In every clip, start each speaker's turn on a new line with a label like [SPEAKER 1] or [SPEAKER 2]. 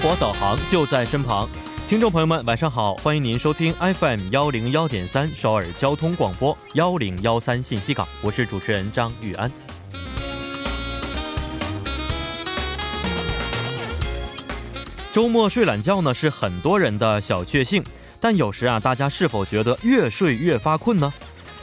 [SPEAKER 1] 好导航就在身旁。听众朋友们，晚上好，欢迎您收听 FM 幺零幺点三首尔交通广播幺零幺三信息港，我是主持人张玉安。周末睡懒觉呢是很多人的小确幸，但有时啊，大家是否觉得越睡越发困呢？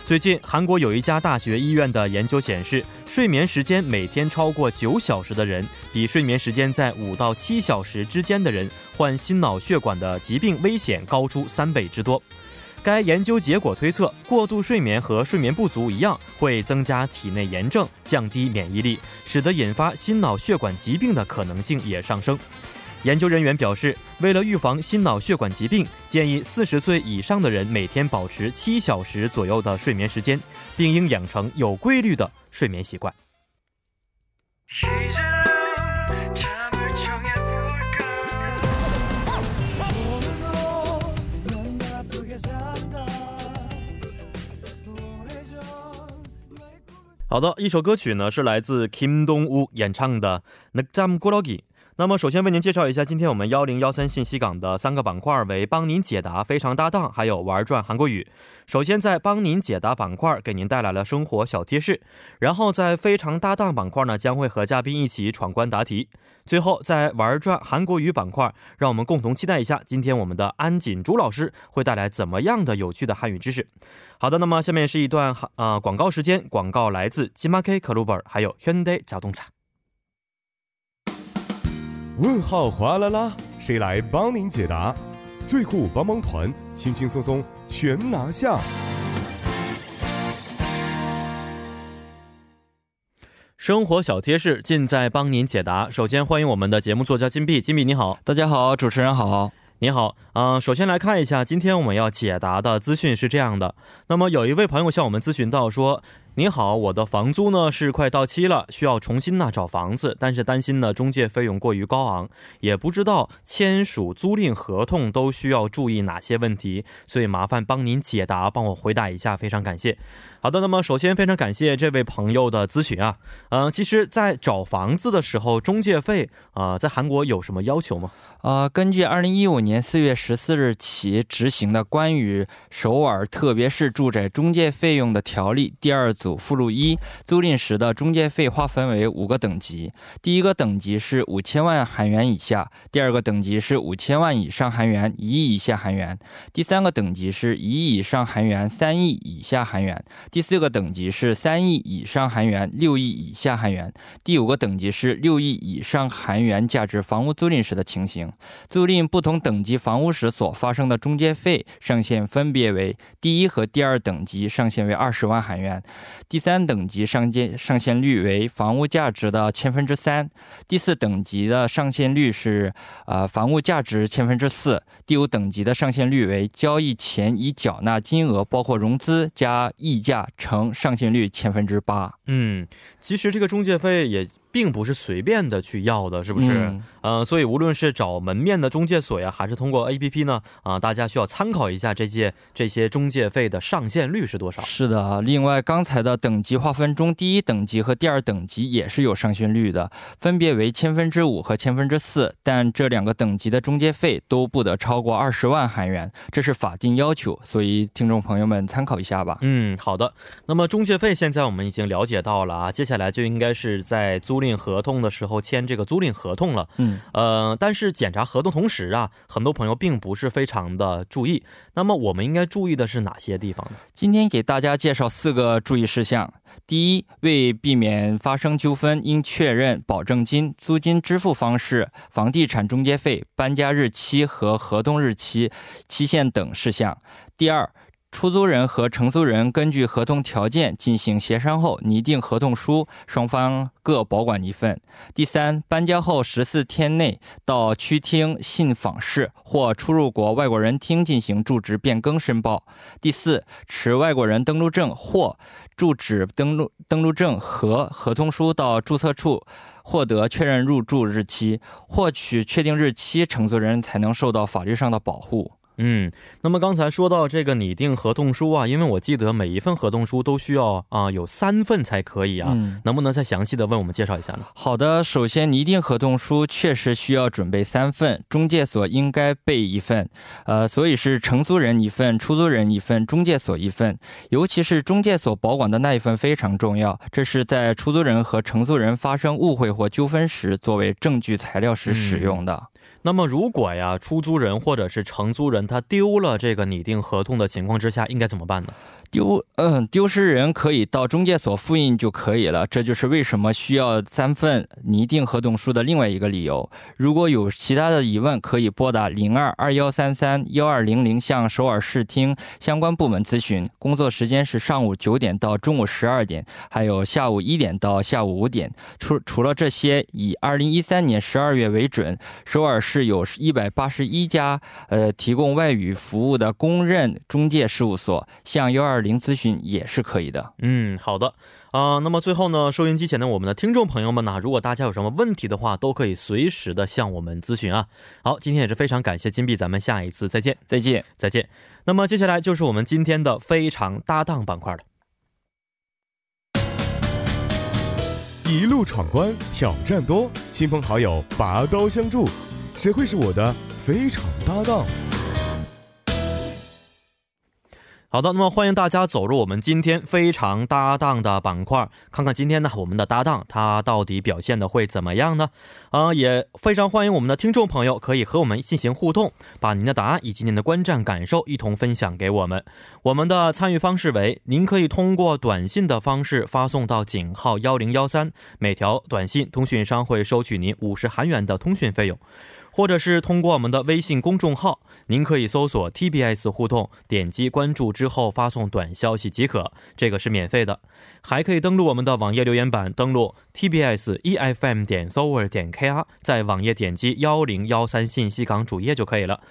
[SPEAKER 1] 最近，韩国有一家大学医院的研究显示，睡眠时间每天超过九小时的人，比睡眠时间在五到七小时之间的人，患心脑血管的疾病危险高出三倍之多。该研究结果推测，过度睡眠和睡眠不足一样，会增加体内炎症，降低免疫力，使得引发心脑血管疾病的可能性也上升。研究人员表示，为了预防心脑血管疾病，建议四十岁以上的人每天保持七小时左右的睡眠时间，并应养成有规律的睡眠习惯。
[SPEAKER 2] 이제는 잠을 청해볼까 오늘도 넌 나쁘게 산다 오래전 나의 꿈을
[SPEAKER 1] 好的，一首歌曲呢是来自 Kim Dong Woo 演唱的《Ngjam Gulogi》。那么，首先为您介绍一下今天我们幺零幺三信息港的三个板块为：帮您解答、非常搭档，还有玩转韩国语。首先在帮您解答板块给您带来了生活小贴士，然后在非常搭档板块呢将会和嘉宾一起闯关答题，最后在玩转韩国语板块，让我们共同期待一下今天我们的安锦珠老师会带来怎么样的有趣的汉语知识。好的，那么下面是一段韩呃广告时间，广告来自 g m a k Club 还有 Hyundai 자동차。
[SPEAKER 3] 问号哗啦啦，谁来帮您解答？最酷帮帮团，轻轻松松全拿下。
[SPEAKER 1] 生活小贴士尽在帮您解答。首先欢迎我们的节目作家金币，金币你好，
[SPEAKER 4] 大家好，主持人好。
[SPEAKER 1] 你好，嗯、首先来看一下今天我们要解答的资讯是这样的。那么有一位朋友向我们咨询到说：“您好，我的房租呢是快到期了，需要重新呢找房子，但是担心呢中介费用过于高昂，也不知道签署租赁合同都需要注意哪些问题，所以麻烦帮您解答，帮我回答一下，非常感谢。”好的，那么首先非常感谢这位朋友的咨询啊，嗯、其实，在找房子的时候，中介费啊、在韩国有什么要求吗？
[SPEAKER 4] 呃，根据二零一五年四月十四日起执行的关于首尔特别市住宅中介费用的条例第二组附录一，租赁时的中介费划分为五个等级。第一个等级是五千万韩元以下，第二个等级是五千万以上韩元、一亿以下韩元，第三个等级是一亿以上韩元、三亿以下韩元，第四个等级是三亿以上韩元、六亿以下韩元，第五个等级是六亿以上韩元价值房屋租赁时的情形。租赁不同等级房屋时所发生的中介费上限分别为第一和第二等级上限为二十万韩元，第三等级上限上限率为房屋价值的千分之三，第四等级的上限率是呃房屋价值千分之四，第五等级的上限率为交易前已缴纳金额包括融资加溢价乘上限率千分之八，
[SPEAKER 1] 嗯，其实这个中介费也并不是随便的去要的，是
[SPEAKER 4] 是
[SPEAKER 1] 不是？呃，所以无论是找门面的中介所呀，还是通过 A P P 呢，啊、大家需要参考一下这些这些中介费的上限率是多少。
[SPEAKER 4] 是的，啊另外刚才的等级划分中，第一等级和第二等级也是有上限率的，分别为千分之五和千分之四，但这两个等级的中介费都不得超过二十万韩元，这是法定要求，所以听众朋友们参考一下吧。
[SPEAKER 1] 嗯，好的。那么中介费现在我们已经了解到了啊，接下来就应该是在租赁合同的时候签这个租赁合同了。
[SPEAKER 4] 嗯，
[SPEAKER 1] 呃，但是检查合同同时啊，很多朋友并不是非常的注意。那么我们应该注意的是哪些地方呢？
[SPEAKER 4] 今天给大家介绍四个注意事项。第一，为避免发生纠纷，应确认保证金、租金支付方式、房地产中介费、搬家日期和合同日期、期限等事项。第二，出租人和承租人根据合同条件进行协商后拟定合同书，双方各保管一份。第三，搬家后十四天内到区厅信访室或出入国外国人厅进行住址变更申报。第四，持外国人登录证或住址登录登录证和合同书到注册处获得确认入住日期，获取确定日期，承租人才能受到法律上的保护。
[SPEAKER 1] 嗯，那么刚才说到这个拟定合同书啊，因为我记得每一份合同书都需要啊、有三份才可以啊、
[SPEAKER 4] 嗯，
[SPEAKER 1] 能不能再详细的为我们介绍一下呢？
[SPEAKER 4] 好的，首先拟定合同书确实需要准备三份，中介所应该备一份，呃，所以是承租人一份，出租人一份，中介所一份，尤其是中介所保管的那一份非常重要，这是在出租人和承租人发生误会或纠纷时作为证据材料时使用的。
[SPEAKER 1] 那么如果呀，出租人或者是承租人他丢了这个拟定合同的情况之下，应该怎么办呢？
[SPEAKER 4] 丢嗯，丢失人可以到中介所复印就可以了。这就是为什么需要三份拟定合同书的另外一个理由。如果有其他的疑问，可以拨打零二二幺三三幺二零零向首尔市厅相关部门咨询。工作时间是上午九点到中午十二点，还有下午一点到下午五点。除除了这些，以二零一三年十二月为准，首尔市有一百八十一家呃提供外语服务的公认中介事务所，向幺二零咨询也是可以的。
[SPEAKER 1] 嗯，好的啊、那么最后呢，收音机前的我们的听众朋友们呢，如果大家有什么问题的话，都可以随时的向我们咨询啊。好，今天也是非常感谢金币，咱们下一次再见，
[SPEAKER 4] 再见。
[SPEAKER 1] 再见。那么接下来就是我们今天的非常搭档板块了。
[SPEAKER 3] 一路闯关，挑战多，亲朋好友拔刀相助，谁会是我的非常搭档？
[SPEAKER 1] 好的，那么欢迎大家走入我们今天非常搭档的板块，看看今天呢我们的搭档他到底表现的会怎么样呢？啊、也非常欢迎我们的听众朋友可以和我们进行互动，把您的答案以及您的观战感受一同分享给我们。我们的参与方式为：您可以通过短信的方式发送到井号幺零幺三，每条短信通讯商会收取您五十韩元的通讯费用。或者是通过我们的微信公众号，您可以搜索 TBS 互动，点击关注之后发送短消息即可，这个是免费的。还可以登录我们的网页留言板，登录 TBS EFM 点 s o w e r 点 KR，在网页点击幺零幺三信息港主页就可以了。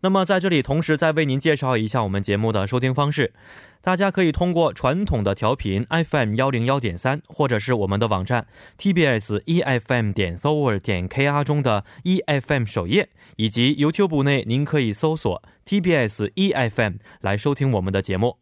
[SPEAKER 1] 那么在这里，同时再为您介绍一下我们节目的收听方式。大家可以通过传统的调频 FM 幺零幺点三，或者是我们的网站 TBS EFM E 点 s o w e r 点 KR 中的 EFM 首页，以及 YouTube 内您可以搜索 TBS EFM E 来收听我们的节目。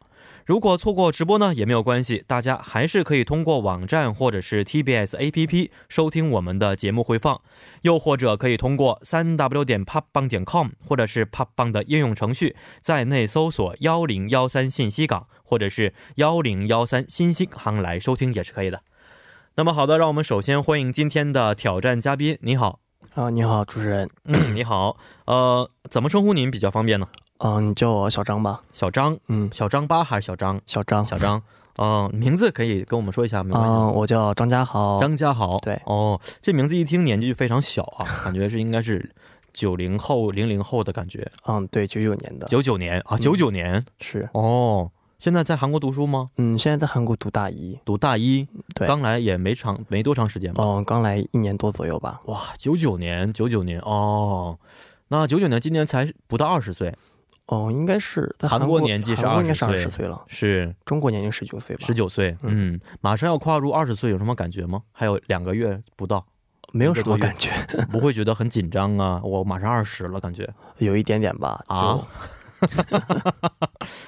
[SPEAKER 1] 如果错过直播呢，也没有关系，大家还是可以通过网站或者是 TBS APP 收听我们的节目回放，又或者可以通过三 W 点 p o p b a n g 点 com 或者是 p o p b a n g 的应用程序，在内搜索幺零幺三信息港或者是幺零幺三新星行来收听也是可以的。那么好的，让我们首先欢迎今天的挑战嘉宾，你好，
[SPEAKER 5] 啊，你好，主持人，
[SPEAKER 1] 嗯，你好，呃，怎么称呼您比较方便呢？
[SPEAKER 5] 啊，你叫我小张吧，
[SPEAKER 1] 小张，
[SPEAKER 5] 嗯，
[SPEAKER 1] 小张八还是小张？
[SPEAKER 5] 小张，
[SPEAKER 1] 小张，嗯、名字可以跟我们说一下没关系吗。
[SPEAKER 5] 啊，我叫张家豪，
[SPEAKER 1] 张家豪，
[SPEAKER 5] 对
[SPEAKER 1] 哦，这名字一听年纪就非常小啊，感觉是应该是九零后、零零后的感觉，
[SPEAKER 5] 嗯，对，九九年的，
[SPEAKER 1] 九九年啊，
[SPEAKER 5] 嗯
[SPEAKER 1] 九九年、
[SPEAKER 5] 是，
[SPEAKER 1] 哦，现在在韩国读书吗？
[SPEAKER 5] 嗯，现在在韩国读大一，
[SPEAKER 1] 读大一，
[SPEAKER 5] 嗯对
[SPEAKER 1] 刚来也没长没多长时间吧？
[SPEAKER 5] 嗯，刚来一年多左右吧，
[SPEAKER 1] 哇，九九年，九九年哦，那九九年今年才不到二十岁，
[SPEAKER 5] 哦，应该是在
[SPEAKER 1] 韩
[SPEAKER 5] 韩
[SPEAKER 1] 国年纪是
[SPEAKER 5] 韩国应
[SPEAKER 1] 20
[SPEAKER 5] 该是
[SPEAKER 1] 岁
[SPEAKER 5] 二十岁了，
[SPEAKER 1] 是
[SPEAKER 5] 中国年龄十九岁吧，
[SPEAKER 1] 十九岁，嗯，马上要跨入二十岁，有什么感觉吗？还有两个月不到，
[SPEAKER 5] 没有
[SPEAKER 1] 一个
[SPEAKER 5] 什
[SPEAKER 1] 多
[SPEAKER 5] 么
[SPEAKER 1] 月
[SPEAKER 5] 感觉，
[SPEAKER 1] 不会觉得很紧张啊？我马上二十了，感觉
[SPEAKER 5] 有一点点吧，
[SPEAKER 1] 啊，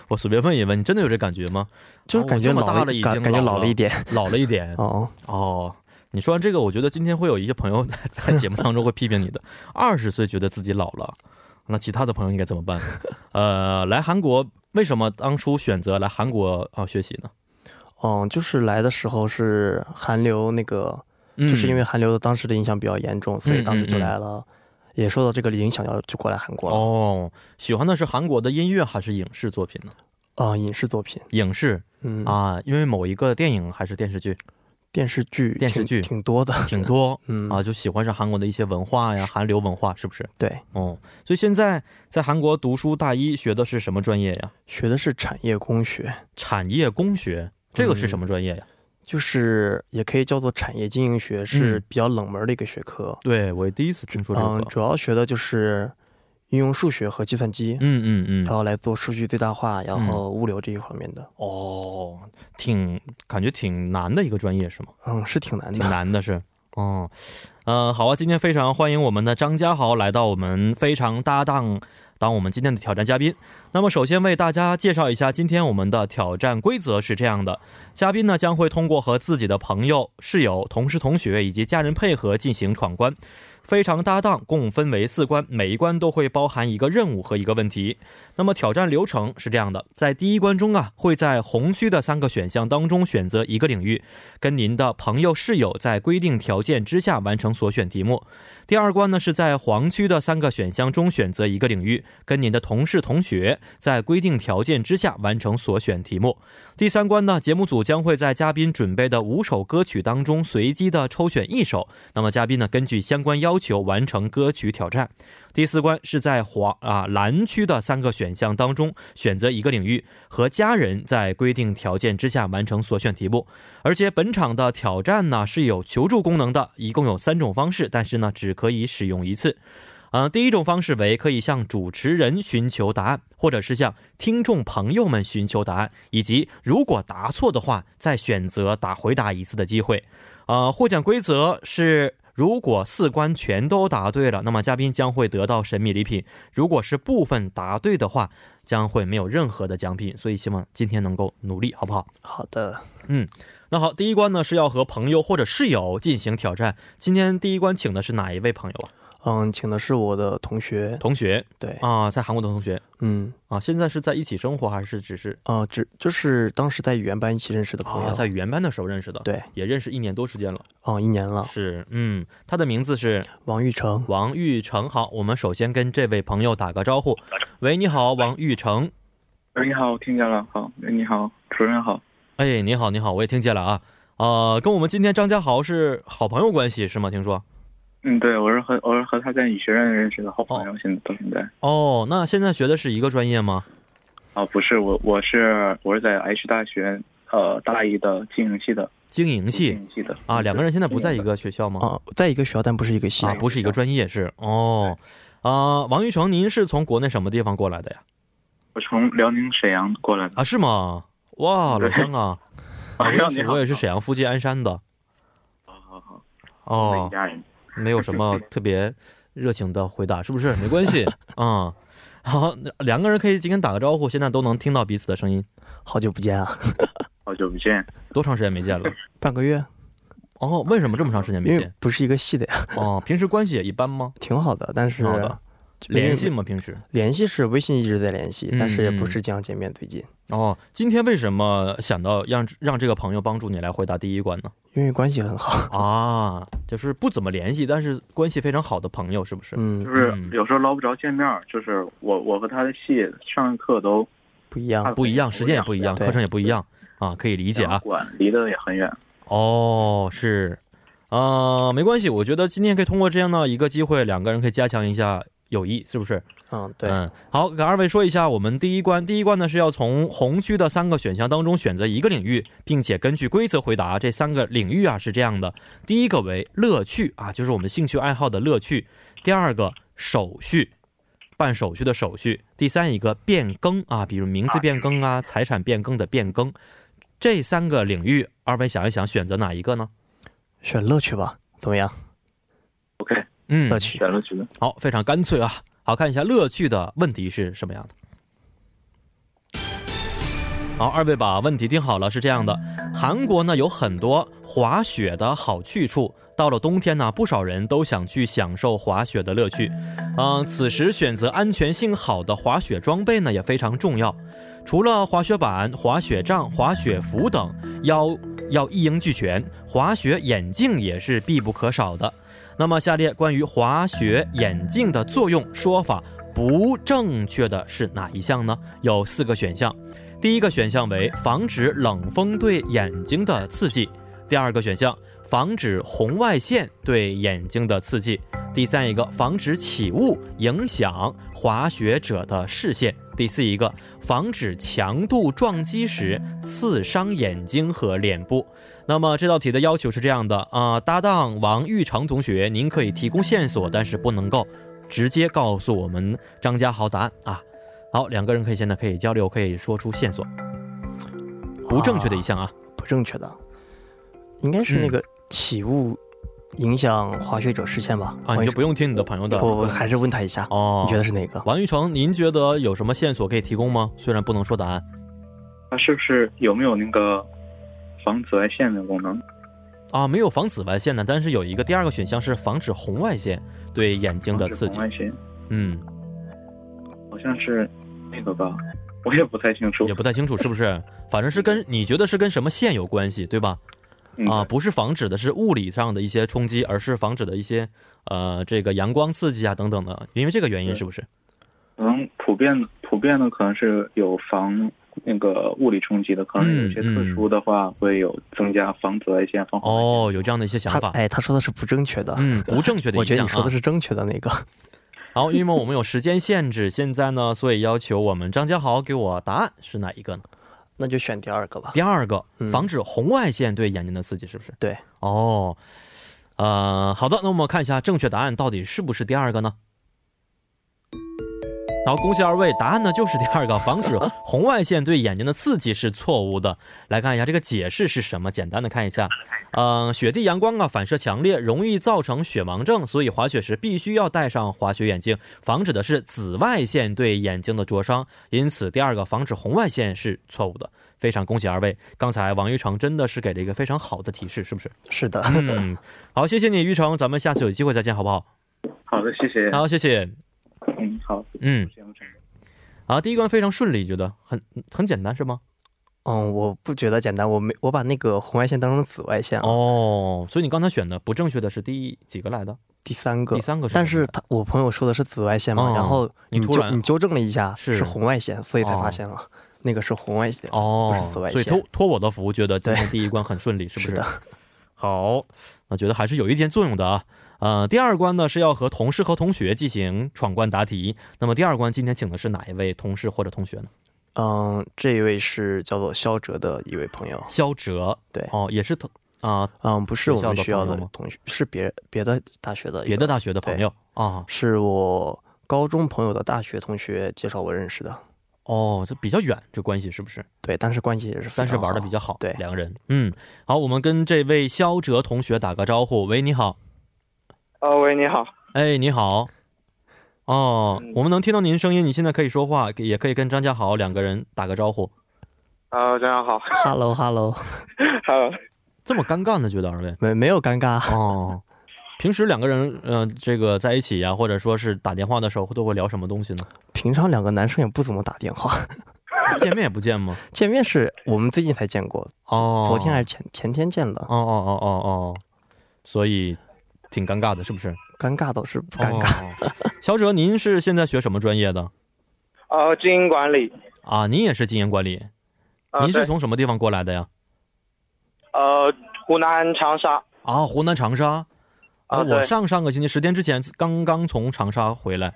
[SPEAKER 1] 我随便问一问，你真的有这感觉吗？
[SPEAKER 5] 就就是感觉
[SPEAKER 1] 啊我这么
[SPEAKER 5] 老
[SPEAKER 1] 大
[SPEAKER 5] 了
[SPEAKER 1] 了已，
[SPEAKER 5] 感
[SPEAKER 1] 经
[SPEAKER 5] 感觉
[SPEAKER 1] 老
[SPEAKER 5] 老
[SPEAKER 1] 了
[SPEAKER 5] 了一点，
[SPEAKER 1] 老了一点
[SPEAKER 5] 哦，
[SPEAKER 1] 哦。你说完这个，我觉得今天会有一些朋友 在在节目当中会批评你的，二十岁觉得自己老了，那其他的朋友应该怎么办？呃，来韩国为什么当初选择来韩国啊、学习呢？
[SPEAKER 5] 嗯，就是来的时候是韩流那个，
[SPEAKER 1] 嗯
[SPEAKER 5] 就是因为韩流的当时的影响比较严重，所以当时就
[SPEAKER 1] 嗯嗯嗯
[SPEAKER 5] 来了，也受到这个影响，要就过来韩国了，
[SPEAKER 1] 哦，喜欢的是韩国的音乐还是影视作品呢？
[SPEAKER 5] 啊，影视作品，
[SPEAKER 1] 影视
[SPEAKER 5] 嗯
[SPEAKER 1] 啊，因为某一个电影还是电视剧
[SPEAKER 5] 电视剧
[SPEAKER 1] 电视
[SPEAKER 5] 挺
[SPEAKER 1] 剧
[SPEAKER 5] 挺多的，
[SPEAKER 1] 挺多
[SPEAKER 5] 嗯
[SPEAKER 1] 啊，就喜欢上韩国的一些文化呀，韩流文化是不是？
[SPEAKER 5] 对，
[SPEAKER 1] 哦，所以现在在韩国读书，大一学的是什么专业呀？
[SPEAKER 5] 学的是产业工学，
[SPEAKER 1] 产业工学，这个是什么专业呀？
[SPEAKER 5] 就是也可以叫做产业经营学，是
[SPEAKER 1] 嗯
[SPEAKER 5] 比较冷门的一个学科。
[SPEAKER 1] 对我第一次听说这
[SPEAKER 5] 嗯，
[SPEAKER 1] 个。
[SPEAKER 5] 主要学的就是运用数学和计算机，
[SPEAKER 1] 嗯嗯嗯，
[SPEAKER 5] 然后来做数据最大化，然后物流这一方面的。
[SPEAKER 1] 哦，挺感觉挺难的一个专业是吗？
[SPEAKER 5] 嗯，是挺难
[SPEAKER 1] 挺
[SPEAKER 5] 的。
[SPEAKER 1] 难的是， 哦，呃，好啊，今天非常欢迎我们的张家豪来到我们非常搭档。当我们今天的挑战嘉宾。那么，首先为大家介绍一下今天我们的挑战规则是这样的：嘉宾呢将会通过和自己的朋友、室友、同事、同学以及家人配合进行闯关。非常搭档共分为四关，每一关都会包含一个任务和一个问题。那么挑战流程是这样的：在第一关中啊，会在红区的三个选项当中选择一个领域，跟您的朋友、室友在规定条件之下完成所选题目。第二关呢是在黄区的三个选项中选择一个领域，跟您的同事、同学在规定条件之下完成所选题目。第三关呢，节目组将会在嘉宾准备的五首歌曲当中随机的抽选一首，那么嘉宾呢根据相关要求完成歌曲挑战。第四关是在黄啊蓝区的三个选项当中选择一个领域，和家人在规定条件之下完成所选题目。而且本场的挑战呢是有求助功能的，一共有三种方式，但是呢只可以使用一次。呃，第一种方式为可以向主持人寻求答案，或者是向听众朋友们寻求答案，以及如果答错的话，再选择打回答一次的机会。呃，获奖规则是。如果四关全都答对了，那么嘉宾将会得到神秘礼品；如果是部分答对的话，将会没有任何的奖品。所以希望今天能够努力，好不好？
[SPEAKER 5] 好的，
[SPEAKER 1] 那好，第一关呢是要和朋友或者室友进行挑战。今天第一关请的是哪一位朋友啊？
[SPEAKER 5] 嗯，请的是我的同学，
[SPEAKER 1] 同学
[SPEAKER 5] 对，
[SPEAKER 1] 啊，在韩国的同学
[SPEAKER 5] 嗯，
[SPEAKER 1] 啊，现在是在一起生活还是只是
[SPEAKER 5] 啊，只就是当时在语言班一起认识的朋友，
[SPEAKER 1] 啊，在语言班的时候认识的？，
[SPEAKER 5] 对，
[SPEAKER 1] 也认识一年多时间了。
[SPEAKER 5] 哦，一年了，
[SPEAKER 1] 是，嗯，他的名字是
[SPEAKER 5] 王玉成，
[SPEAKER 1] 王玉成。好，我们首先跟这位朋友打个招呼。喂，你好，王玉成。
[SPEAKER 6] 喂，你好，我听见了，好，你好，主任好，
[SPEAKER 1] 哎，你好，你好，我也听见了啊。呃，跟我们今天张家豪是好朋友关系是吗？听说
[SPEAKER 6] 嗯，对，我是和我是和他在女学院认识的好朋友，现在到现在，
[SPEAKER 1] 哦，那现在学的是一个专业吗？
[SPEAKER 6] 啊，不是我，我是我是在 H 大学，呃，大一的经营系的，
[SPEAKER 1] 经营
[SPEAKER 6] 经
[SPEAKER 1] 系
[SPEAKER 6] 营系的
[SPEAKER 1] 啊，两个人现在不在一
[SPEAKER 6] 个，
[SPEAKER 1] 个学校吗？
[SPEAKER 5] 啊，在一个学校，但不是一个系
[SPEAKER 1] 啊，，不是一个专业是哦。啊，王玉成，您是从国内什么地方过来的呀？
[SPEAKER 6] 我从辽宁沈阳过来的，
[SPEAKER 1] 啊，是吗？哇，老
[SPEAKER 6] 对
[SPEAKER 1] 乡啊， 啊我
[SPEAKER 6] 你
[SPEAKER 1] 也
[SPEAKER 6] 好你
[SPEAKER 1] 是，
[SPEAKER 6] 好
[SPEAKER 1] 我也是沈阳附近鞍山的。
[SPEAKER 6] 好好好，我们一
[SPEAKER 1] 哦，
[SPEAKER 6] 家人，
[SPEAKER 1] 没有什 么特别热情的回答，是不是？没关系啊、好，那两个人可以今天打个招呼，现在都能听到彼此的声音。
[SPEAKER 5] 好久不见 啊，
[SPEAKER 6] 好久不见，
[SPEAKER 1] 多长时间没见了？
[SPEAKER 5] 半个月，
[SPEAKER 1] 哦，为什么这么长时间没
[SPEAKER 5] 因为
[SPEAKER 1] 见？
[SPEAKER 5] 不是一个系的呀，
[SPEAKER 1] 哦，平时关系也一般吗？
[SPEAKER 5] 挺好的，但是
[SPEAKER 1] 挺好的联系吗？嗯平时？
[SPEAKER 5] 联系是微信一直在联系，但是也不是经常见面，最近。
[SPEAKER 1] 哦，今天为什么想到让让这个朋友帮助你来回答第一关呢？
[SPEAKER 5] 因为关系很好，
[SPEAKER 1] 啊，就是不怎么联系，但是关系非常好的朋友，是不是？
[SPEAKER 5] 嗯
[SPEAKER 6] 就，是
[SPEAKER 1] 嗯
[SPEAKER 6] 有时候捞不着见面儿，就是我我和他的系上课都
[SPEAKER 5] 不一样，
[SPEAKER 1] 不一样，时间也不一样，
[SPEAKER 5] 对
[SPEAKER 1] 课程也不一样啊，可以理
[SPEAKER 6] 理
[SPEAKER 1] 解啊。
[SPEAKER 6] 管离得也很远，
[SPEAKER 1] 哦，是，呃，没关系，我觉得今天可以通过这样的一个机会，两个人可以加强一下友谊，是不是？
[SPEAKER 5] 嗯，对，
[SPEAKER 1] 嗯，好，给二位说一下我们第一关，第一关呢是要从红区的三个选项当中选择一个领域，并且根据规则回答。这三个领域啊是这样的：第一个为乐趣啊，就是我们兴趣爱好的乐趣；第二个手续，办手续的手续；第三一个变更啊，比如名字变更啊、财产变更的变更。这三个领域，二位想一想，选择哪一个呢？
[SPEAKER 5] 选乐趣吧，怎么样？
[SPEAKER 6] ，OK，
[SPEAKER 1] 嗯
[SPEAKER 5] 乐，趣，
[SPEAKER 6] 选了觉得
[SPEAKER 1] 好，非常干脆啊。好看一下乐趣的问题是什么样的。好，二位把问题听好了，是这样的：韩国呢有很多滑雪的好去处，到了冬天呢，不少人都想去享受滑雪的乐趣。嗯、此时选择安全性好的滑雪装备呢也非常重要。除了滑雪板、滑雪杖、滑雪服等，要要一应俱全，滑雪眼镜也是必不可少的。那么下列关于滑雪眼镜的作用说法不正确的是哪一项呢？有四个选项，第一个选项为防止冷风对眼睛的刺激，第二个选项防止红外线对眼睛的刺激，第三一个防止起雾影响滑雪者的视线，第四一个防止强度撞击时刺伤眼睛和脸部。那么这道题的要求是这样的啊、呃搭档王玉成同学，您可以提供线索，但是不能够直接告诉我们张家豪答案啊。好，两个人可以现在可以交流，可以说出线索。不正确的一项啊，嗯
[SPEAKER 5] 不正确的，应该是那个起雾影响滑雪者视线吧？
[SPEAKER 1] 啊，你就不用听你的朋友的
[SPEAKER 5] 我我还是问他一下，
[SPEAKER 1] 哦。
[SPEAKER 5] 你觉得是哪个？
[SPEAKER 1] 王玉成，您觉得有什么线索可以提供吗？虽然不能说答案
[SPEAKER 6] 它是不是有没有那个防紫外线的功能？
[SPEAKER 1] 啊，没有防紫外线呢，但是有一个第二个选项是防止红外线对眼睛的刺激
[SPEAKER 6] 红。外线
[SPEAKER 1] 嗯，
[SPEAKER 6] 好像是那个吧，我也不太清楚
[SPEAKER 1] 也。不太清楚是不是，反正是跟你觉得是跟什么线有关系，对吧？
[SPEAKER 6] 嗯
[SPEAKER 1] 啊，不是防止的是物理上的一些冲击，而是防止的一些呃这个阳光刺激啊等等的，因为这个原因
[SPEAKER 6] 对
[SPEAKER 1] 是不是？
[SPEAKER 6] 可能普遍普遍的可能是有防那个物理冲击的，可能有些特殊的话会有增加防紫外线、防红外线。
[SPEAKER 1] 哦，有这样的一些想
[SPEAKER 5] 他
[SPEAKER 1] 法。
[SPEAKER 5] 哎，他说的是不正确的。
[SPEAKER 1] 嗯，不正确的
[SPEAKER 5] 我
[SPEAKER 1] 一
[SPEAKER 5] 觉得
[SPEAKER 1] 项
[SPEAKER 5] 你说
[SPEAKER 1] 啊
[SPEAKER 5] 的。是正确的那个，
[SPEAKER 1] 好，因为我们有时间限制，现在呢，所以要求我们张家豪给我答案是哪一个呢？
[SPEAKER 5] 那就选第二个吧。
[SPEAKER 1] 第二个，
[SPEAKER 5] 嗯
[SPEAKER 1] 防止红外线对眼睛的刺激，是不是？
[SPEAKER 5] 对。
[SPEAKER 1] 哦，呃，好的，那我们看一下正确答案到底是不是第二个呢？好，恭喜二位，答案呢就是第二个，防止红外线对眼睛的刺激是错误的。来看一下这个解释是什么，简单的看一下。嗯、雪地阳光啊反射强烈，容易造成雪盲症，所以滑雪时必须要戴上滑雪眼镜，防止的是紫外线对眼睛的灼伤。因此，第二个防止红外线是错误的。非常恭喜二位！刚才王玉成真的是给了一个非常好的提示， 是不是？
[SPEAKER 5] 是的，
[SPEAKER 1] 嗯，好，谢谢你，玉成，咱们下次有机会再见，好不好？
[SPEAKER 6] 好的，谢谢。
[SPEAKER 1] 好，谢谢。
[SPEAKER 6] 嗯，好，
[SPEAKER 1] 嗯，
[SPEAKER 6] 行，
[SPEAKER 1] 啊，第一关非常顺利，觉得很很简单是吗？
[SPEAKER 5] 嗯，我不觉得简单，我没我把那个红外线当成紫外线了。
[SPEAKER 1] 哦，所以你刚才选的不正确的是第几个来的？
[SPEAKER 5] 第三个，
[SPEAKER 1] 第三个是什么来的。
[SPEAKER 5] 但是他我朋友说的是紫外线嘛，
[SPEAKER 1] 哦
[SPEAKER 5] 然后
[SPEAKER 1] 你
[SPEAKER 5] 纠
[SPEAKER 1] 突然
[SPEAKER 5] 你纠正了一下
[SPEAKER 1] 是
[SPEAKER 5] 红外线，所以才发现了、那个是红外线。不
[SPEAKER 1] 哦
[SPEAKER 5] 是紫外，
[SPEAKER 1] 所以
[SPEAKER 5] 线
[SPEAKER 1] 托托我的福，觉得今天第一关很顺利，是不
[SPEAKER 5] 是
[SPEAKER 1] 是
[SPEAKER 5] 的？
[SPEAKER 1] 好，那觉得还是有一点作用的啊。呃，第二关呢是要和同事和同学进行闯关答题。那么第二关今天请的是哪一位同事或者同学呢？
[SPEAKER 5] 嗯，这一位是叫做肖哲的一位朋友，
[SPEAKER 1] 肖哲，
[SPEAKER 5] 对
[SPEAKER 1] 哦，也是同啊、
[SPEAKER 5] 嗯，不是我们
[SPEAKER 1] 学
[SPEAKER 5] 学
[SPEAKER 1] 校的
[SPEAKER 5] 校
[SPEAKER 1] 朋友
[SPEAKER 5] 的
[SPEAKER 1] 吗
[SPEAKER 5] 同学，是别别的大学的一个
[SPEAKER 1] 别的大学的朋友啊。
[SPEAKER 5] 是我高中朋友的大学同学介绍我认识的，
[SPEAKER 1] 哦，这比较远，这关系是不是？
[SPEAKER 5] 对，但是关系也是非
[SPEAKER 1] 但是
[SPEAKER 5] 常
[SPEAKER 1] 玩的
[SPEAKER 5] 好
[SPEAKER 1] 比较好，
[SPEAKER 5] 对
[SPEAKER 1] 两个人。嗯，好，我们跟这位肖哲同学打个招呼。喂，你好。
[SPEAKER 7] 啊，喂，你好。
[SPEAKER 1] 哎，你好。哦，我们能听到您声音，你现在可以说话，也可以跟张家豪两个人打个招呼。
[SPEAKER 7] 啊，大家好。
[SPEAKER 5] Hello Hello，
[SPEAKER 7] Hello。
[SPEAKER 1] 这么尴尬呢？觉得二位？
[SPEAKER 5] 没没有尴尬，
[SPEAKER 1] 哦，平时两个人，嗯、这个在一起呀、或者说是打电话的时候，都会聊什么东西呢？
[SPEAKER 5] 平常两个男生也不怎么打电话，
[SPEAKER 1] 见面也不见吗？
[SPEAKER 5] 见面是我们最近才见过，
[SPEAKER 1] 哦，
[SPEAKER 5] 昨天还是前前天见的，
[SPEAKER 1] 哦哦哦哦哦，所以挺尴尬的，是不是？
[SPEAKER 5] 尴尬倒是不尴 尬，
[SPEAKER 1] 哦。小哲，您是现在学什么专业的
[SPEAKER 7] 呃，经营管理。
[SPEAKER 1] 啊？您也是经营管理，
[SPEAKER 7] 啊
[SPEAKER 1] 您是
[SPEAKER 7] 对
[SPEAKER 1] 从什么地方过来的呀？
[SPEAKER 7] 呃湖南长沙。
[SPEAKER 1] 啊，湖南长沙。
[SPEAKER 7] 啊对
[SPEAKER 1] 我上上个星期十天之前刚刚从长沙回来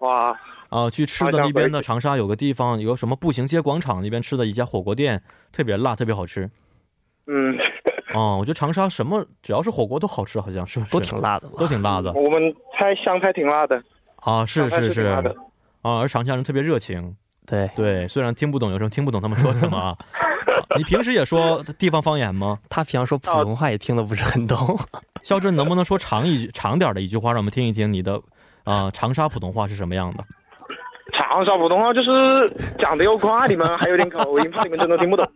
[SPEAKER 7] 哇，
[SPEAKER 1] 啊，去吃
[SPEAKER 7] 好
[SPEAKER 1] 的
[SPEAKER 7] 像
[SPEAKER 1] 那边的
[SPEAKER 7] 回去
[SPEAKER 1] 长沙有个地方，有个什么步行街广场那边吃的一家火锅店，特别辣，特别好吃。
[SPEAKER 7] 嗯，
[SPEAKER 1] 哦，我觉得长沙什么只要是火锅都好吃，好像是不是？
[SPEAKER 5] 都挺辣的吧，
[SPEAKER 1] 都挺辣的
[SPEAKER 7] 我们菜香菜挺辣的。
[SPEAKER 1] 啊，是
[SPEAKER 7] 上海
[SPEAKER 1] 是
[SPEAKER 7] 是
[SPEAKER 1] 是
[SPEAKER 7] 挺辣的
[SPEAKER 1] 啊，而长沙人特别热情，
[SPEAKER 5] 对
[SPEAKER 1] 对，虽然听不懂，有时候听不懂他们说什么啊。 啊你平时也说地方方言吗？
[SPEAKER 5] 他平常说普通话也听得不是 很懂，
[SPEAKER 1] 肖振，能不能说长一句长点儿的一句话，让我们听一听你的啊、长沙普通话是什么样的？
[SPEAKER 7] 长沙普通话就是讲的又快，你们还有点口音，怕你们真的听不懂。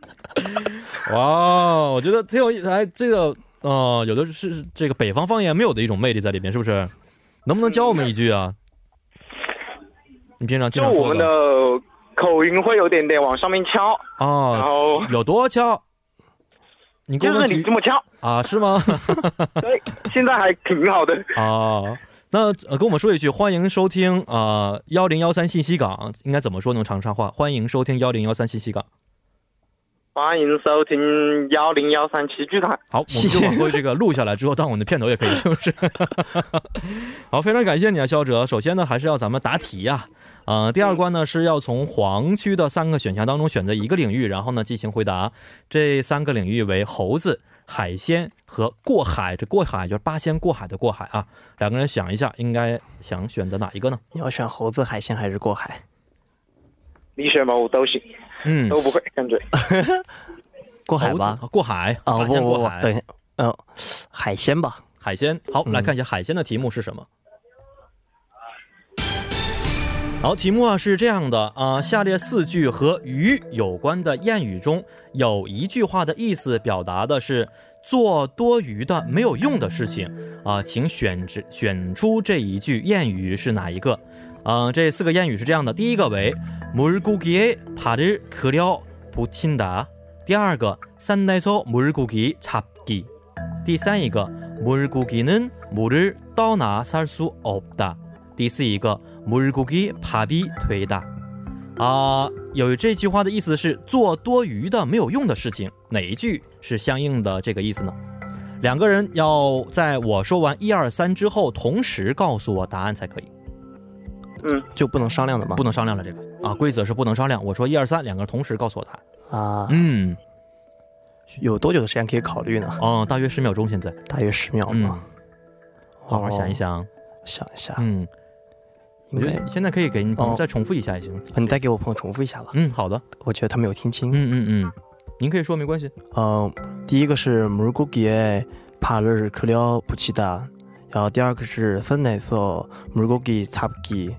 [SPEAKER 1] 哇，哦我觉得挺有意思。哎，这个呃，有的是这个北方方言没有的一种魅力在里面，是不是？能不能教我们一句啊？你平常 经
[SPEAKER 7] 就
[SPEAKER 1] 常
[SPEAKER 7] 我
[SPEAKER 1] 说
[SPEAKER 7] 们的口音会有点点往上面翘，然
[SPEAKER 1] 啊，
[SPEAKER 7] 后
[SPEAKER 1] 有多敲？你给
[SPEAKER 7] 就
[SPEAKER 1] 我们
[SPEAKER 7] 是你
[SPEAKER 1] 举
[SPEAKER 7] 这么翘，
[SPEAKER 1] 啊？是吗？
[SPEAKER 7] 对，现在还挺好的。
[SPEAKER 1] 啊，那呃，跟我们说一句，欢迎收听啊幺零幺三信息港，应该怎么说呢？用长沙话，欢迎收听幺零幺三信息港。
[SPEAKER 7] 欢迎收听幺零幺三七剧台。
[SPEAKER 1] 好，我们就往过这个录下来之后，当我们的片头也可以，是不是？ 好，非常感谢你啊，肖哲。首先呢，还是要咱们答题呀、啊。呃，第二关呢是要从黄区的三个选项当中选择一个领域，然后呢进行回答。这三个领域为猴子、海鲜和过海。这过海就是八仙过海的过海啊。两个人想一下，应该想选择哪一个呢？
[SPEAKER 5] 你要选猴子、海鲜还是过海？
[SPEAKER 7] 你选吧，我都行，
[SPEAKER 1] 嗯，
[SPEAKER 7] 都不会感觉。
[SPEAKER 5] 过海
[SPEAKER 1] 猴子
[SPEAKER 5] 吧，
[SPEAKER 1] 过海八
[SPEAKER 5] 啊不
[SPEAKER 1] 仙
[SPEAKER 5] 不
[SPEAKER 1] 过
[SPEAKER 5] 不呃
[SPEAKER 1] 海，，
[SPEAKER 5] 等一下，嗯、海鲜吧，
[SPEAKER 1] 海鲜。好，
[SPEAKER 5] 嗯
[SPEAKER 1] 来看一下海鲜的题目是什么。好，题目啊是这样的啊、下列四句和鱼有关的谚语中，有一句话的意思表达的是做多余的、没有用的事情啊、请选之选出这一句谚语是哪一个？嗯、这四个谚语是这样的：第一个为물고기에발을그려붙인다；第二个산에서물고기잡기；第三一个물고기는물을떠나살수없다；第四一个물고기밥이되다。啊、有这句话的意思是做多余的、没有用的事情，哪一句是相应的这个意思呢？两个人要在我说完一二三之后，同时告诉我答案才可以。
[SPEAKER 5] 就不能商量的吗
[SPEAKER 1] 不？能商量了，这个啊，规则是不能商量。我说一二三，两个人同时告诉我答案。
[SPEAKER 5] 啊，
[SPEAKER 1] 嗯，
[SPEAKER 5] 有多久的时间可以考虑呢？
[SPEAKER 1] 哦，大约十秒钟，现在，
[SPEAKER 5] 大约十秒
[SPEAKER 1] 嗯
[SPEAKER 5] 吗？，
[SPEAKER 1] 好好想一
[SPEAKER 5] 哦，
[SPEAKER 1] 想，
[SPEAKER 5] 想一下，
[SPEAKER 1] 嗯，我
[SPEAKER 5] 应
[SPEAKER 1] 觉
[SPEAKER 5] 该
[SPEAKER 1] 得你现在可以给你朋友
[SPEAKER 5] 哦
[SPEAKER 1] 再重复一下也行。
[SPEAKER 5] 啊你再给我朋友重复一下吧，
[SPEAKER 1] 嗯，好的，
[SPEAKER 5] 我觉得他没有听清。
[SPEAKER 1] 嗯嗯嗯，您可以说没关系。
[SPEAKER 5] 呃，第一个是蘑菇给帕日克了不起的，然后第二个是分奶色蘑菇给擦不给，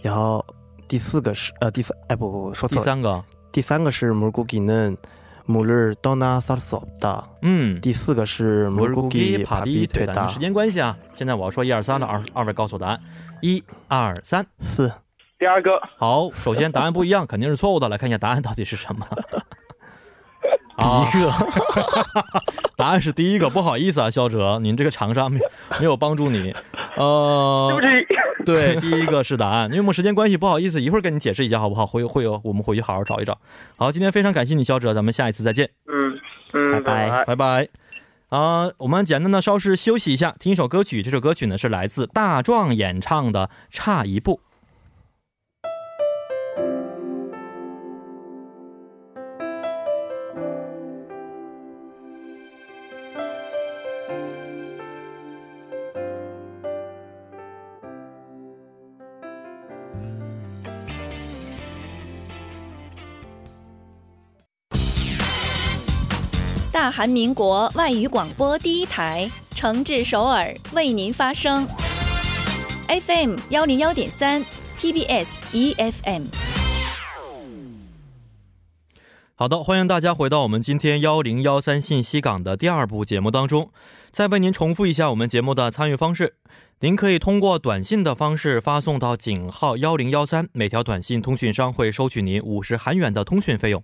[SPEAKER 5] 然后第四个是呃第三哎不不说
[SPEAKER 1] 第
[SPEAKER 5] 错了，
[SPEAKER 1] 三个，
[SPEAKER 5] 第三个是蘑菇给嫩母日到那萨索的，
[SPEAKER 1] 嗯，
[SPEAKER 5] 第四个是蘑
[SPEAKER 1] 蘑
[SPEAKER 5] 菇
[SPEAKER 1] 菇
[SPEAKER 5] 给
[SPEAKER 1] 鸡
[SPEAKER 5] 帕
[SPEAKER 1] 扒
[SPEAKER 5] 比
[SPEAKER 1] 比
[SPEAKER 5] 腿
[SPEAKER 1] 腿
[SPEAKER 5] 的
[SPEAKER 1] 蛋。时间关系啊，现在我要说一二三了，二二位告诉我答案，一二三。
[SPEAKER 5] 四
[SPEAKER 7] 第二个，
[SPEAKER 1] 好，首先答案不一样，肯定是错误的。来看一下答案到底是什么。啊，一个，答案是第一个。不好意思啊，肖哲，您这个长沙没没有帮助你。
[SPEAKER 7] 对
[SPEAKER 1] 呃
[SPEAKER 7] 不，起，
[SPEAKER 1] 对，第一个是答案。因为我们时间关系，不好意思，一会儿跟你解释一下好不好？会会有，我们回去好好找一找。好，今天非常感谢你，肖哲，咱们下一次再见。
[SPEAKER 7] 嗯嗯，
[SPEAKER 5] 拜拜
[SPEAKER 7] 拜。
[SPEAKER 1] 拜拜。啊、我们简单的稍事休息一下，听一首歌曲。这首歌曲呢是来自大壮演唱的《差一步》。
[SPEAKER 8] 大韩民国外语广播第一台，诚挚首尔为您发声，FM 幺零幺点三，TBS EFM。
[SPEAKER 1] 好的，欢迎大家回到我们今天幺零幺三信息港的第二部节目当中。再为您重复一下我们节目的参与方式，您可以通过短信的方式发送到井号幺零幺三，每条短信通讯商会收取您五十韩元的通讯费用，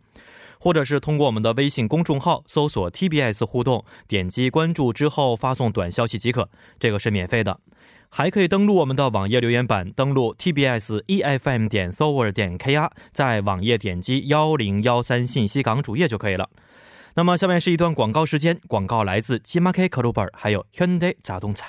[SPEAKER 1] 或者是通过我们的微信公众号搜索 TBS 互动，点击关注之后发送短消息即可，这个是免费的。还可以登录我们的网页留言板，登录 tbs efm 点 s o v e r 点 kr，在网页点击幺零幺三信息港主页就可以了。那么下面是一段广告时间，广告来自 g m a k Club 还有 Hyundai 杂动车。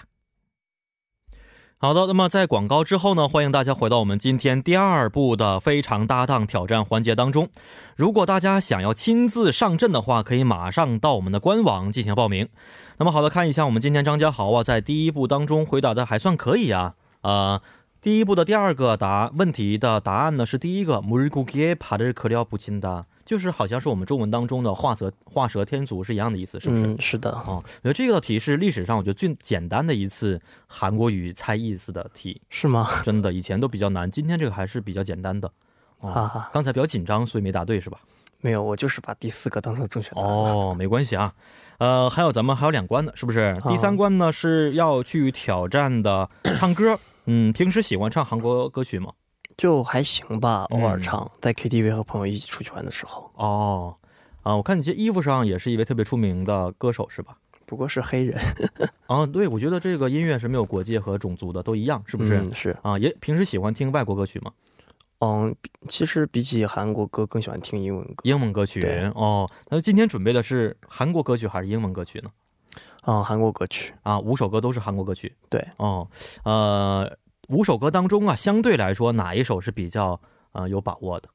[SPEAKER 1] 好的，那么在广告之后呢，欢迎大家回到我们今天第二部的非常搭档挑战环节当中。如果大家想要亲自上阵的话，可以马上到我们的官网进行报名。那么好的，看一下我们今天张家豪啊，在第一步当中回答的还算可以啊，呃。第一步的第二个答问题的答案呢是第一个，물고기에발을그려붙인다，就是好像是我们中文当中的画蛇画蛇添足是一样的意思，是不是？
[SPEAKER 5] 嗯是的
[SPEAKER 1] 哦，我觉得这道题是历史上我觉得最简单的一次韩国语猜意思的题，
[SPEAKER 5] 是 吗？
[SPEAKER 1] 真的以前都比较难，今天这个还是比较简单的。哦、
[SPEAKER 5] 啊
[SPEAKER 1] 刚才比较紧张，所以没答对是吧？
[SPEAKER 5] 没有，我就是把第四个当成正确答案。
[SPEAKER 1] 哦，没关系啊。呃，还有咱们还有两关呢，是不是？第三
[SPEAKER 5] 啊
[SPEAKER 1] 关呢是要去挑战的唱歌。嗯，平时喜欢唱韩国歌曲吗？
[SPEAKER 5] 就还行吧，偶尔
[SPEAKER 1] 嗯
[SPEAKER 5] 唱，在 KTV 和朋友一起出去玩的时候，
[SPEAKER 1] 哦，啊、我看你这衣服上也是一位特别出名的歌手是吧？
[SPEAKER 5] 不过是黑人，
[SPEAKER 1] 啊，对，我觉得这个音乐是没有国界和种族的，都一样，是不是？
[SPEAKER 5] 嗯、是，
[SPEAKER 1] 啊，也平时喜欢听外国歌曲吗？
[SPEAKER 5] 嗯，比其实比起韩国歌更喜欢听英文歌，
[SPEAKER 1] 英文歌曲
[SPEAKER 5] 对
[SPEAKER 1] 哦。那今天准备的是韩国歌曲还是英文歌曲呢？
[SPEAKER 5] 嗯，韩国歌曲，
[SPEAKER 1] 啊，五首歌都是韩国歌曲。
[SPEAKER 5] 对，
[SPEAKER 1] 哦，呃，五首歌当中啊，相对来说哪一首是比较呃有把握的？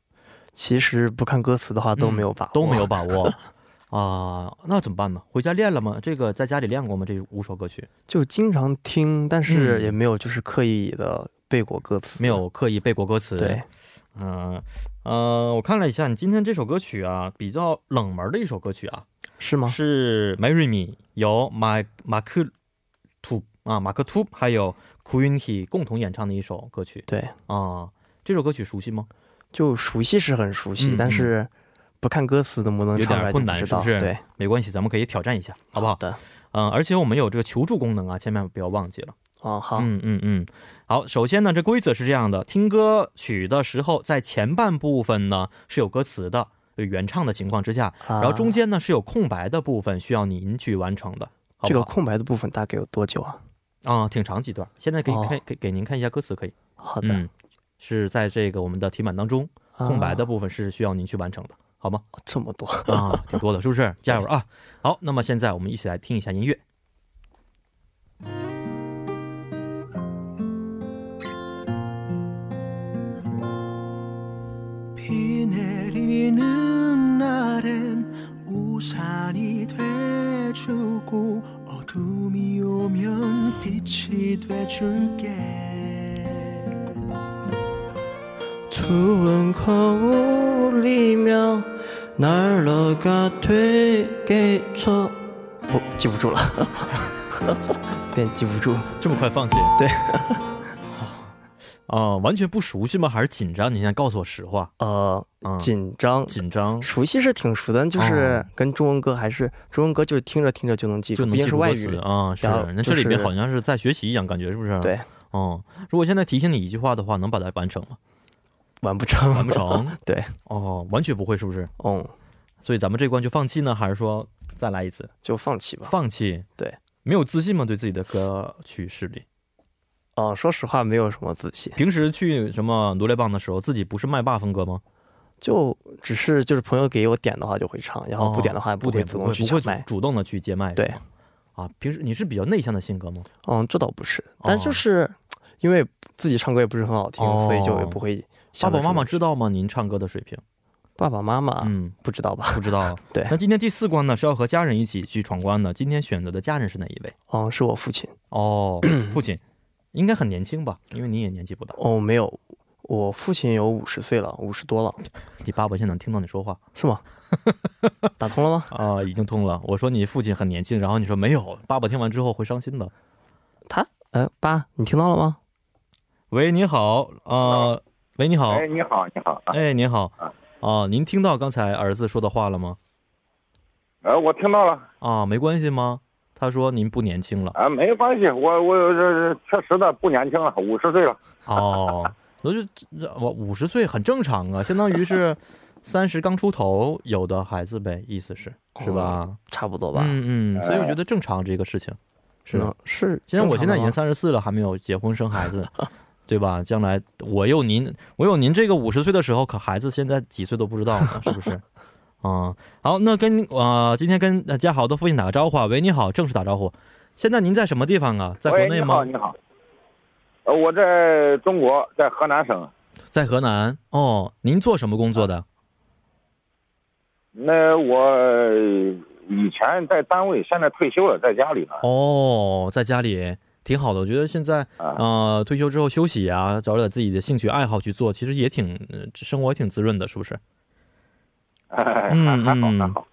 [SPEAKER 5] 其实不看歌词的啊话都没有把握，
[SPEAKER 1] 嗯都没有，把握 啊、那怎么办呢？回家练了吗？这个在家里练过吗？这五首歌曲
[SPEAKER 5] 就经常听，但是
[SPEAKER 1] 嗯
[SPEAKER 5] 也没有就是刻意的背过歌词，
[SPEAKER 1] 没，有刻意背过歌词。
[SPEAKER 5] 对，，
[SPEAKER 1] 嗯、呃，我看了一下，你今天这首歌曲啊，比较冷门的一首歌曲啊，
[SPEAKER 5] 是吗？
[SPEAKER 1] 是 Marry Me，由马马克 Tub 啊，马克 Tub 还有 Quincy 共同演唱的一首歌曲
[SPEAKER 5] 对，
[SPEAKER 1] 啊。这首歌曲熟悉吗？
[SPEAKER 5] 就熟悉是很熟悉，
[SPEAKER 1] 嗯
[SPEAKER 5] 但是不看歌词能不能
[SPEAKER 1] 有
[SPEAKER 5] 嗯唱
[SPEAKER 1] 点
[SPEAKER 5] 出来就
[SPEAKER 1] 困
[SPEAKER 5] 不
[SPEAKER 1] 难
[SPEAKER 5] 知
[SPEAKER 1] 是不
[SPEAKER 5] 道。
[SPEAKER 1] 是
[SPEAKER 5] 对，
[SPEAKER 1] 没关系，咱们可以挑战一下，好不好？
[SPEAKER 5] 的，
[SPEAKER 1] 嗯，而且我们有这个求助功能啊，千万不要忘记了。
[SPEAKER 5] 哦，好，
[SPEAKER 1] 嗯嗯嗯。好，首先呢，这规则是这样的：听歌曲的时候，在前半部分呢是有歌词的，有原唱的情况之下，
[SPEAKER 5] 然
[SPEAKER 1] 然后中间呢是有空白的部分需要您去完成的，好
[SPEAKER 5] 这
[SPEAKER 1] 不
[SPEAKER 5] 个
[SPEAKER 1] 好？
[SPEAKER 5] 空白的部分大概有多久啊？
[SPEAKER 1] 啊、挺长几段。现在可以
[SPEAKER 5] 哦
[SPEAKER 1] 看、给给您看一下歌词，可以。
[SPEAKER 5] 好的，
[SPEAKER 1] 嗯，是在这个我们的题满当中，
[SPEAKER 5] 啊
[SPEAKER 1] 空白的部分是需要您去完成的，好 吗？
[SPEAKER 5] 这么多，
[SPEAKER 1] 啊， 挺多的，是不是？加油啊！好，那么现在我们一起来听一下音乐。
[SPEAKER 2] 비 내리는 날엔 우산이 돼주고 어둠이 오면 빛이 돼줄게
[SPEAKER 5] 추운 거울이며 날라가 되겠죠. 어, 哦 记不住了，有点记不住。
[SPEAKER 1] 这么快放弃？
[SPEAKER 5] 对。
[SPEAKER 1] 啊、完全不熟悉吗？还是紧张？你现在告诉我实话。
[SPEAKER 5] 呃，
[SPEAKER 1] 嗯，
[SPEAKER 5] 紧张，
[SPEAKER 1] 紧张
[SPEAKER 5] 熟悉是挺熟的，就
[SPEAKER 1] 哦
[SPEAKER 5] 是跟中文歌还是中文歌，就是听着听着就能记
[SPEAKER 1] 就
[SPEAKER 5] 住，
[SPEAKER 1] 能
[SPEAKER 5] 毕
[SPEAKER 1] 记
[SPEAKER 5] 竟是
[SPEAKER 1] 住
[SPEAKER 5] 外
[SPEAKER 1] 歌
[SPEAKER 5] 语
[SPEAKER 1] 词。啊、是
[SPEAKER 5] 然后。
[SPEAKER 1] 那
[SPEAKER 5] 就
[SPEAKER 1] 这里面
[SPEAKER 5] 是
[SPEAKER 1] 好像是在学习一样，感觉是不是？
[SPEAKER 5] 对。
[SPEAKER 1] 哦、如果现在提醒你一句话的话，能把它完成吗？
[SPEAKER 5] 完不 成。。
[SPEAKER 1] 完不成
[SPEAKER 5] 对。
[SPEAKER 1] 哦，完全不会，是不是？
[SPEAKER 5] 嗯，
[SPEAKER 1] 所以咱们这关就放弃呢，还是说再来一次？
[SPEAKER 5] 就放弃吧。
[SPEAKER 1] 放弃？
[SPEAKER 5] 对。
[SPEAKER 1] 没有自信吗？对自己的歌曲实力？
[SPEAKER 5] 哦、说实话，没有什么自信，
[SPEAKER 1] 平时去什么罗列榜的时候，自己不是麦霸风格吗？
[SPEAKER 5] 就只是就是朋友给我点的话就会唱，然哦后不点的话也
[SPEAKER 1] 哦不
[SPEAKER 5] 会
[SPEAKER 1] 点
[SPEAKER 5] 主
[SPEAKER 1] 不
[SPEAKER 5] 动
[SPEAKER 1] 会
[SPEAKER 5] 去
[SPEAKER 1] 不
[SPEAKER 5] 抢
[SPEAKER 1] 会
[SPEAKER 5] 麦。
[SPEAKER 1] 主动的去接麦是
[SPEAKER 5] 对
[SPEAKER 1] 吗。啊，平时你是比较内向的性格吗？
[SPEAKER 5] 嗯，这倒不是，但
[SPEAKER 1] 哦
[SPEAKER 5] 就是因为自己唱歌也不是很好听，
[SPEAKER 1] 哦
[SPEAKER 5] 所以就也不会
[SPEAKER 1] 爸
[SPEAKER 5] 想着
[SPEAKER 1] 爸
[SPEAKER 5] 什么。
[SPEAKER 1] 妈妈知道吗？您唱歌的水平？
[SPEAKER 5] 爸爸妈妈、
[SPEAKER 1] 嗯，
[SPEAKER 5] 不知道吧？。
[SPEAKER 1] 不知道
[SPEAKER 5] 啊 对
[SPEAKER 1] 那今天第四关呢，是要和家人一起去闯关的。今天选择的家人是哪一位？
[SPEAKER 5] 嗯，是我父亲。
[SPEAKER 1] 哦，父亲，应该很年轻吧？因为你也年纪不大。
[SPEAKER 5] 哦，没有，我父亲有五十岁了，五十多了，
[SPEAKER 1] 你爸爸现在能听到你说话
[SPEAKER 5] 是吗？打通了吗？
[SPEAKER 1] 啊、已经通了。我说你父亲很年轻，然后你说没有，爸爸听完之后会伤心的。
[SPEAKER 5] 他，呃，爸，你听到了吗？
[SPEAKER 1] 喂，你好，呃，喂，你好，
[SPEAKER 6] 哎，你好，你好啊！
[SPEAKER 1] 哎，您好
[SPEAKER 6] 啊，
[SPEAKER 1] 啊，您听到刚才儿子说的话了吗？
[SPEAKER 6] 哎，我听到了
[SPEAKER 1] 啊，没关系吗？他说您不年轻了。
[SPEAKER 6] 啊，没关系，我我这确实的不年轻了，五十岁了。
[SPEAKER 1] 哦，我就这我五十岁很正常啊，相当于 是三十刚出头有的孩子呗，意思是是
[SPEAKER 6] 哦
[SPEAKER 1] 吧？
[SPEAKER 5] 差不多吧。
[SPEAKER 1] 嗯
[SPEAKER 6] 哎
[SPEAKER 1] 嗯，所以我觉得正常这个事情是
[SPEAKER 5] 嗯
[SPEAKER 1] 的。
[SPEAKER 5] 是。
[SPEAKER 1] 现在我现在已经
[SPEAKER 5] 三，
[SPEAKER 1] 三十四了，还没有结婚生孩子，对吧？将来我有您，我有您这个五十岁的时候，可孩子现在几岁都不知道呢，是不是？嗯，好，那跟呃，今天跟呃嘉豪的父亲打个招呼啊，喂，你好，正式打招呼。现在您在什么地方啊？在国
[SPEAKER 6] 喂，
[SPEAKER 1] 内
[SPEAKER 6] 你
[SPEAKER 1] 吗
[SPEAKER 6] 好，？你好。呃，我在中国，在河南省。
[SPEAKER 1] 在河南哦，您做什么工作的？
[SPEAKER 6] 那我呃以前在单位，现在退休了，在家里呢。
[SPEAKER 1] 哦，在家里挺好的，我觉得现在
[SPEAKER 6] 啊，
[SPEAKER 1] 呃退休之后休息啊，找点自己的兴趣爱好去做，其实也挺呃生活也挺滋润的，是不是？
[SPEAKER 6] 还
[SPEAKER 1] 嗯
[SPEAKER 6] 还好
[SPEAKER 1] 嗯
[SPEAKER 6] 还好。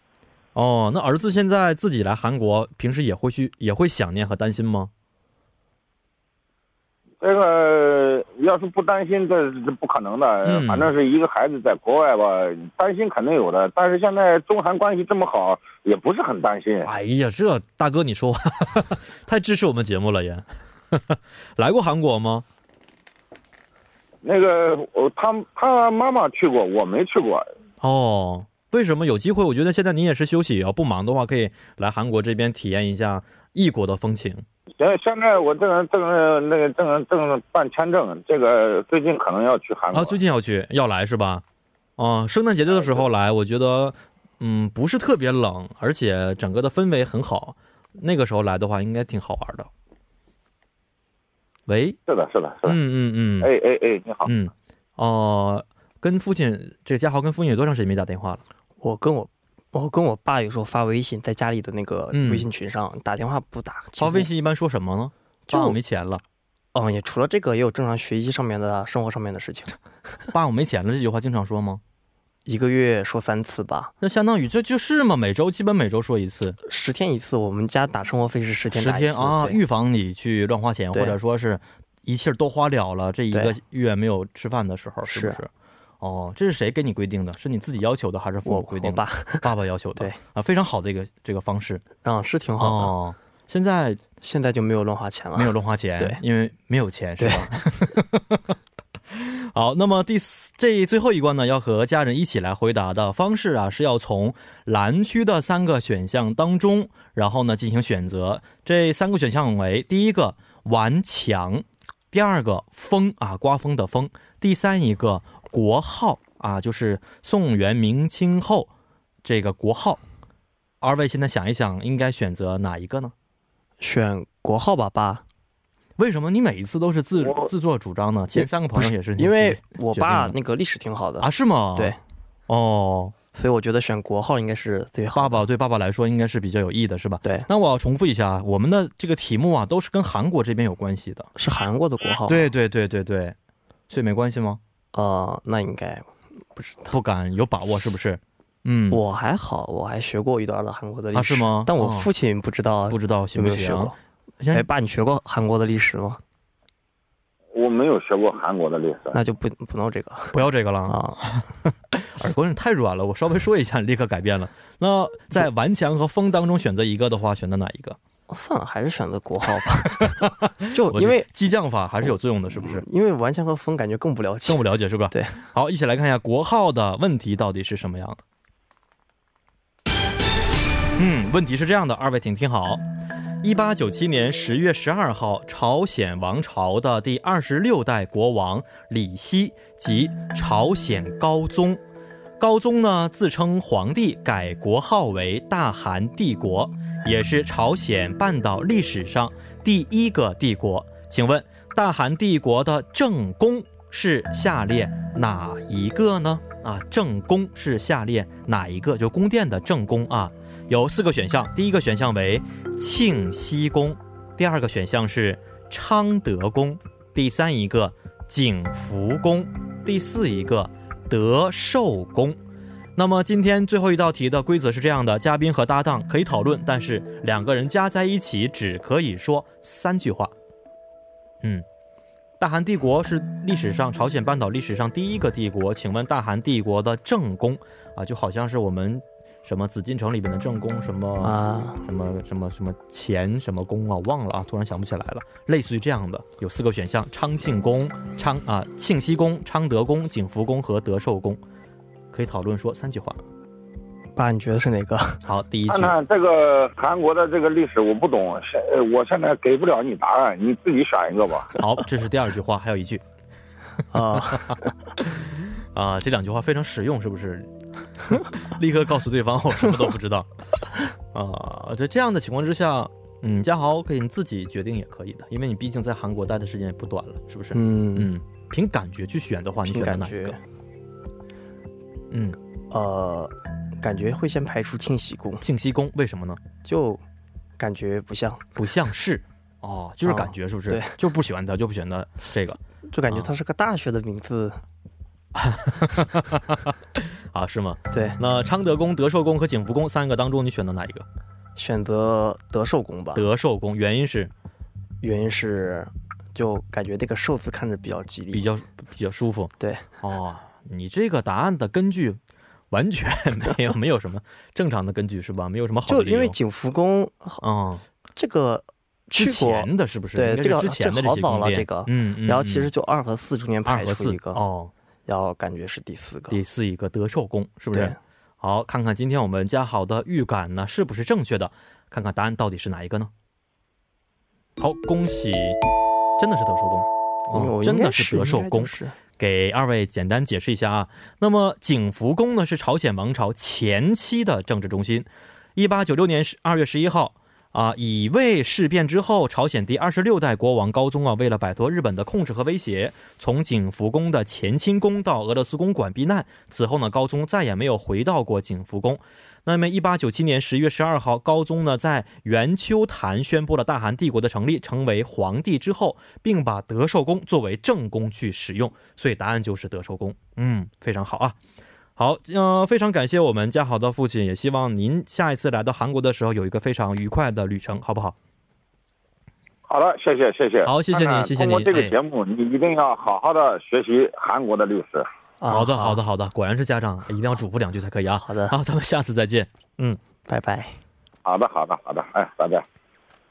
[SPEAKER 1] 哦，那儿子现在自己来韩国，平时也会去，也会想念和担心吗？
[SPEAKER 6] 这个要是不担心，这这不可能的。
[SPEAKER 1] 嗯
[SPEAKER 6] 呃反正是一个孩子在国外吧，担心肯定有的。但是现在中韩关系这么好，也不是很担心。
[SPEAKER 1] 哎呀，这大哥你说 话太支持我们节目了也。 来过韩国吗？
[SPEAKER 6] 那个，我他他妈妈去过，我没去过。
[SPEAKER 1] 哦，为什么有机会？我觉得现在您也是休息，要不忙的话，可以来韩国这边体验一下异国的风情。
[SPEAKER 6] 现现
[SPEAKER 9] 哎
[SPEAKER 6] 在我正正那个正正办签证，这个最近可能要去韩国。
[SPEAKER 1] 啊，最近要去要来是吧？哦、圣诞节的时候
[SPEAKER 6] 呃
[SPEAKER 1] 来，我觉得嗯不是特别冷，而且整个的氛围很好。那个时候来的话，应该挺好玩的。喂，
[SPEAKER 6] 是的，是的，是的。
[SPEAKER 1] 嗯嗯嗯，
[SPEAKER 6] 哎哎哎，你好。
[SPEAKER 1] 嗯，哦、跟父亲这嘉豪跟父亲有多长时间没打电话了？
[SPEAKER 5] 我跟我。我跟我爸有时候发微信，在家里的那个
[SPEAKER 1] 嗯
[SPEAKER 5] 微信群上、打电话不打，
[SPEAKER 1] 发微，信一般说什么呢？
[SPEAKER 5] 就
[SPEAKER 1] 爸，我没钱了，
[SPEAKER 5] 嗯，也除了这个，也有正常学习上面的、生活上面的事情，
[SPEAKER 1] 爸，我没钱了这句话经常说吗？
[SPEAKER 5] 一个月说三次吧，
[SPEAKER 1] 那相当于这就是嘛，每周基本每周说一次，
[SPEAKER 5] 十天一次。我们家打生活费是十天
[SPEAKER 1] 十
[SPEAKER 5] 打一次
[SPEAKER 1] 天啊，
[SPEAKER 5] 对
[SPEAKER 1] 预防你去乱花钱，
[SPEAKER 5] 对
[SPEAKER 1] 或者说是一气儿都花了了，这一个月没有吃饭的时候，是不
[SPEAKER 5] 是
[SPEAKER 1] 是？哦，这是谁给你规定的？是你自己要求的，还是父母
[SPEAKER 5] 我
[SPEAKER 1] 规
[SPEAKER 5] 我
[SPEAKER 1] 定的？
[SPEAKER 5] 爸，
[SPEAKER 1] 爸爸要求的。
[SPEAKER 5] 对
[SPEAKER 1] 啊，非常好的一个这个方式
[SPEAKER 5] 嗯，是挺好的。
[SPEAKER 1] 哦。现在
[SPEAKER 5] 现在就没有乱花钱了。
[SPEAKER 1] 没有乱花钱，
[SPEAKER 5] 对
[SPEAKER 1] 因为没有钱是吧？ 好，那么第四这最后一关呢，要和家人一起来回答的方式啊，是要从蓝区的三个选项当中，然后呢进行选择。这三个选项为：第一个顽强，第二个风啊，刮风的风；第三一个国号啊，就是宋元明清后这个国号。二位现在想一想，应该选择哪一个呢？
[SPEAKER 5] 选国号吧，爸，
[SPEAKER 1] 为什么你每一次都是自
[SPEAKER 7] 我
[SPEAKER 1] 自作主张呢？前三个朋友也是你
[SPEAKER 5] 因为我
[SPEAKER 1] 嗯决定
[SPEAKER 5] 爸
[SPEAKER 1] 的
[SPEAKER 5] 那个历史挺好的
[SPEAKER 1] 啊，，是吗？
[SPEAKER 5] 对，
[SPEAKER 1] 哦，
[SPEAKER 5] 所以我觉得选国号应该是最好。
[SPEAKER 1] 爸爸对爸爸来说应该是比较有益的，是吧？
[SPEAKER 5] 对，
[SPEAKER 1] 那我要重复一下，我们的这个题目啊，都是跟韩国这边有关系的。
[SPEAKER 5] 是韩国的国号。，
[SPEAKER 1] 对对对对对，所以没关系吗？
[SPEAKER 5] 呃，那应该不知道。
[SPEAKER 1] 不敢有把握，是不是？嗯，
[SPEAKER 5] 哦我还好，我还学过一段的韩国的历史，
[SPEAKER 1] 啊是吗
[SPEAKER 5] 但我
[SPEAKER 1] 哦
[SPEAKER 5] 父亲不知道
[SPEAKER 1] 不知道
[SPEAKER 5] 有
[SPEAKER 1] 行
[SPEAKER 5] 没
[SPEAKER 1] 不
[SPEAKER 5] 有学
[SPEAKER 1] 行
[SPEAKER 5] 过。。
[SPEAKER 1] 先
[SPEAKER 5] 哎，爸，你学过韩国的历史吗？
[SPEAKER 9] 我没有学过韩国的历史，
[SPEAKER 5] 那就不不弄这个
[SPEAKER 1] 不要这个了啊！
[SPEAKER 5] 啊。
[SPEAKER 1] 耳根太软了，我稍微说一下，立刻改变了。那在顽强和风当中选择一个的话，选择哪一个？
[SPEAKER 5] 啊算了，还是选择国号吧。 就
[SPEAKER 1] 我
[SPEAKER 5] 因为
[SPEAKER 1] 激将法还是有作用的，是不是？
[SPEAKER 5] 因为顽强和风感觉更不了解
[SPEAKER 1] 更。不了解是吧？
[SPEAKER 5] 对，
[SPEAKER 1] 好，一起来看一下国号的问题到底是什么样的。嗯，问题是这样的，二位请听好。一八九七年十月十二号，朝鲜王朝的第二十六代国王李熙即朝鲜高宗。高宗呢自称皇帝，改国号为大韩帝国，也是朝鲜半岛历史上第一个帝国。请问，大韩帝国的正宫是下列哪一个呢？啊，正宫是下列哪一个？就宫殿的正宫啊，有四个选项。第一个选项为庆熙宫，第二个选项是昌德宫，第三一个景福宫，第四一个德寿宫。那么今天最后一道题的规则是这样的：嘉宾和搭档可以讨论，但是两个人加在一起只可以说三句话。嗯，大韩帝国是历史上朝鲜半岛历史上第一个帝国。请问大韩帝国的正宫啊，就好像是我们什么紫禁城里边的正宫，什么、
[SPEAKER 5] 啊。
[SPEAKER 1] 什么什么什么前什么宫啊，忘了啊，突然想不起来了。类似于这样的，有四个选项：昌庆宫、昌啊、庆熙宫、昌德宫、景福宫和德寿宫。可以讨论说三句话。
[SPEAKER 5] 爸，你觉得 是哪个？
[SPEAKER 1] 好，第一句
[SPEAKER 9] 看看这个韩国的这个历史我不懂，现呃我现在给不了你答案，你自己选一个吧。
[SPEAKER 1] 好，这是第二句话，还有一句
[SPEAKER 5] 啊，
[SPEAKER 1] 啊、这两句话非常实用，是不是？ 立刻告诉对方我什么都不知道。啊、在这样的情况之下，嗯，嘉豪可以你自己决定也可以的，因为你毕竟在韩国待的时间也不短了，是不是？
[SPEAKER 5] 嗯，
[SPEAKER 1] 嗯，凭感觉去选的话，你
[SPEAKER 5] 凭
[SPEAKER 1] 选择
[SPEAKER 5] 感
[SPEAKER 1] 哪一
[SPEAKER 5] 觉
[SPEAKER 1] 个？，嗯，
[SPEAKER 5] 呃，感觉会先排除清洗宫，
[SPEAKER 1] 庆熙宫为什么呢？
[SPEAKER 5] 就感觉不像，
[SPEAKER 1] 不像是，哦，就是感觉是不是？
[SPEAKER 5] 对
[SPEAKER 1] 就不喜欢他，就不喜欢他这个
[SPEAKER 5] 就感觉
[SPEAKER 1] 啊
[SPEAKER 5] 它是个大学的名字。
[SPEAKER 1] 啊，是吗？
[SPEAKER 5] 对，
[SPEAKER 1] 那昌德宫、德寿宫和景福宫三个当中，你选择哪一个？
[SPEAKER 5] 选择德寿宫吧，
[SPEAKER 1] 德寿宫，原因是
[SPEAKER 5] 原因是就感觉那个寿字看着比较吉利。
[SPEAKER 1] 比较比较舒服。
[SPEAKER 5] 对，
[SPEAKER 1] 哦，你这个答案的根据完全没 有没有什么正常的根据是吧？没有什么好的
[SPEAKER 5] 就
[SPEAKER 1] 理
[SPEAKER 5] 因为
[SPEAKER 1] 由。
[SPEAKER 5] 景福宫
[SPEAKER 1] 嗯，
[SPEAKER 5] 这个去
[SPEAKER 1] 之
[SPEAKER 5] 过，
[SPEAKER 1] 前的是不是？
[SPEAKER 5] 对
[SPEAKER 1] 应该
[SPEAKER 5] 这
[SPEAKER 1] 是
[SPEAKER 5] 个
[SPEAKER 1] 之前的
[SPEAKER 5] 这好
[SPEAKER 1] 些
[SPEAKER 5] 早
[SPEAKER 1] 宫
[SPEAKER 5] 了
[SPEAKER 1] 殿
[SPEAKER 5] 这个
[SPEAKER 1] 嗯嗯，
[SPEAKER 5] 然后其
[SPEAKER 1] 嗯
[SPEAKER 5] 实就二和四中间
[SPEAKER 1] 二
[SPEAKER 5] 排
[SPEAKER 1] 和
[SPEAKER 5] 除
[SPEAKER 1] 四
[SPEAKER 5] 一个，
[SPEAKER 1] 哦，
[SPEAKER 5] 然后感觉是第四个。
[SPEAKER 1] 第四一个德寿宫是不是
[SPEAKER 5] 对？，
[SPEAKER 1] 好，看看今天我们嘉豪的预感呢是不是正确的，看看答案到底是哪一个呢？好，恭喜，真的是德寿宫，
[SPEAKER 5] 因为
[SPEAKER 1] 哦
[SPEAKER 5] 我
[SPEAKER 1] 真
[SPEAKER 5] 应该
[SPEAKER 1] 的
[SPEAKER 5] 是
[SPEAKER 1] 德寿
[SPEAKER 5] 应该就
[SPEAKER 1] 宫。
[SPEAKER 5] 是
[SPEAKER 1] 给二位简单解释一下啊。那么景福宫呢是朝鲜王朝前期的政治中心，一八九六年十二月十一号。啊，乙未事变之后，朝鲜第二十六代国王高宗啊，为了摆脱日本的控制和威胁，从景福宫的乾清宫到俄罗斯公馆避难。此后呢，高宗再也没有回到过景福宫。那么，一八九七年十月十二号，高宗呢在元秋坛宣布了大韩帝国的成立，成为皇帝之后，并把德寿宫作为正宫去使用，所以答案就是德寿宫。嗯，非常好啊。好，呃，非常感谢我们嘉豪的父亲，也希望您下一次来到韩国的时候有一个非常愉快的旅程，好不好？
[SPEAKER 9] 好了，谢谢谢谢。
[SPEAKER 1] 好谢谢您
[SPEAKER 9] 看看
[SPEAKER 1] 谢谢
[SPEAKER 9] 通过
[SPEAKER 1] 您
[SPEAKER 9] 这个
[SPEAKER 1] 哎
[SPEAKER 9] 节目，你一定要好好的学习韩国的历史。
[SPEAKER 5] 啊
[SPEAKER 1] 好的，好的，，好的，果然是家长，一定要嘱咐两句才可以啊。
[SPEAKER 5] 好的
[SPEAKER 1] 好，咱们下次再见。
[SPEAKER 5] 拜拜。
[SPEAKER 9] 好的，好的，好的，哎，拜拜。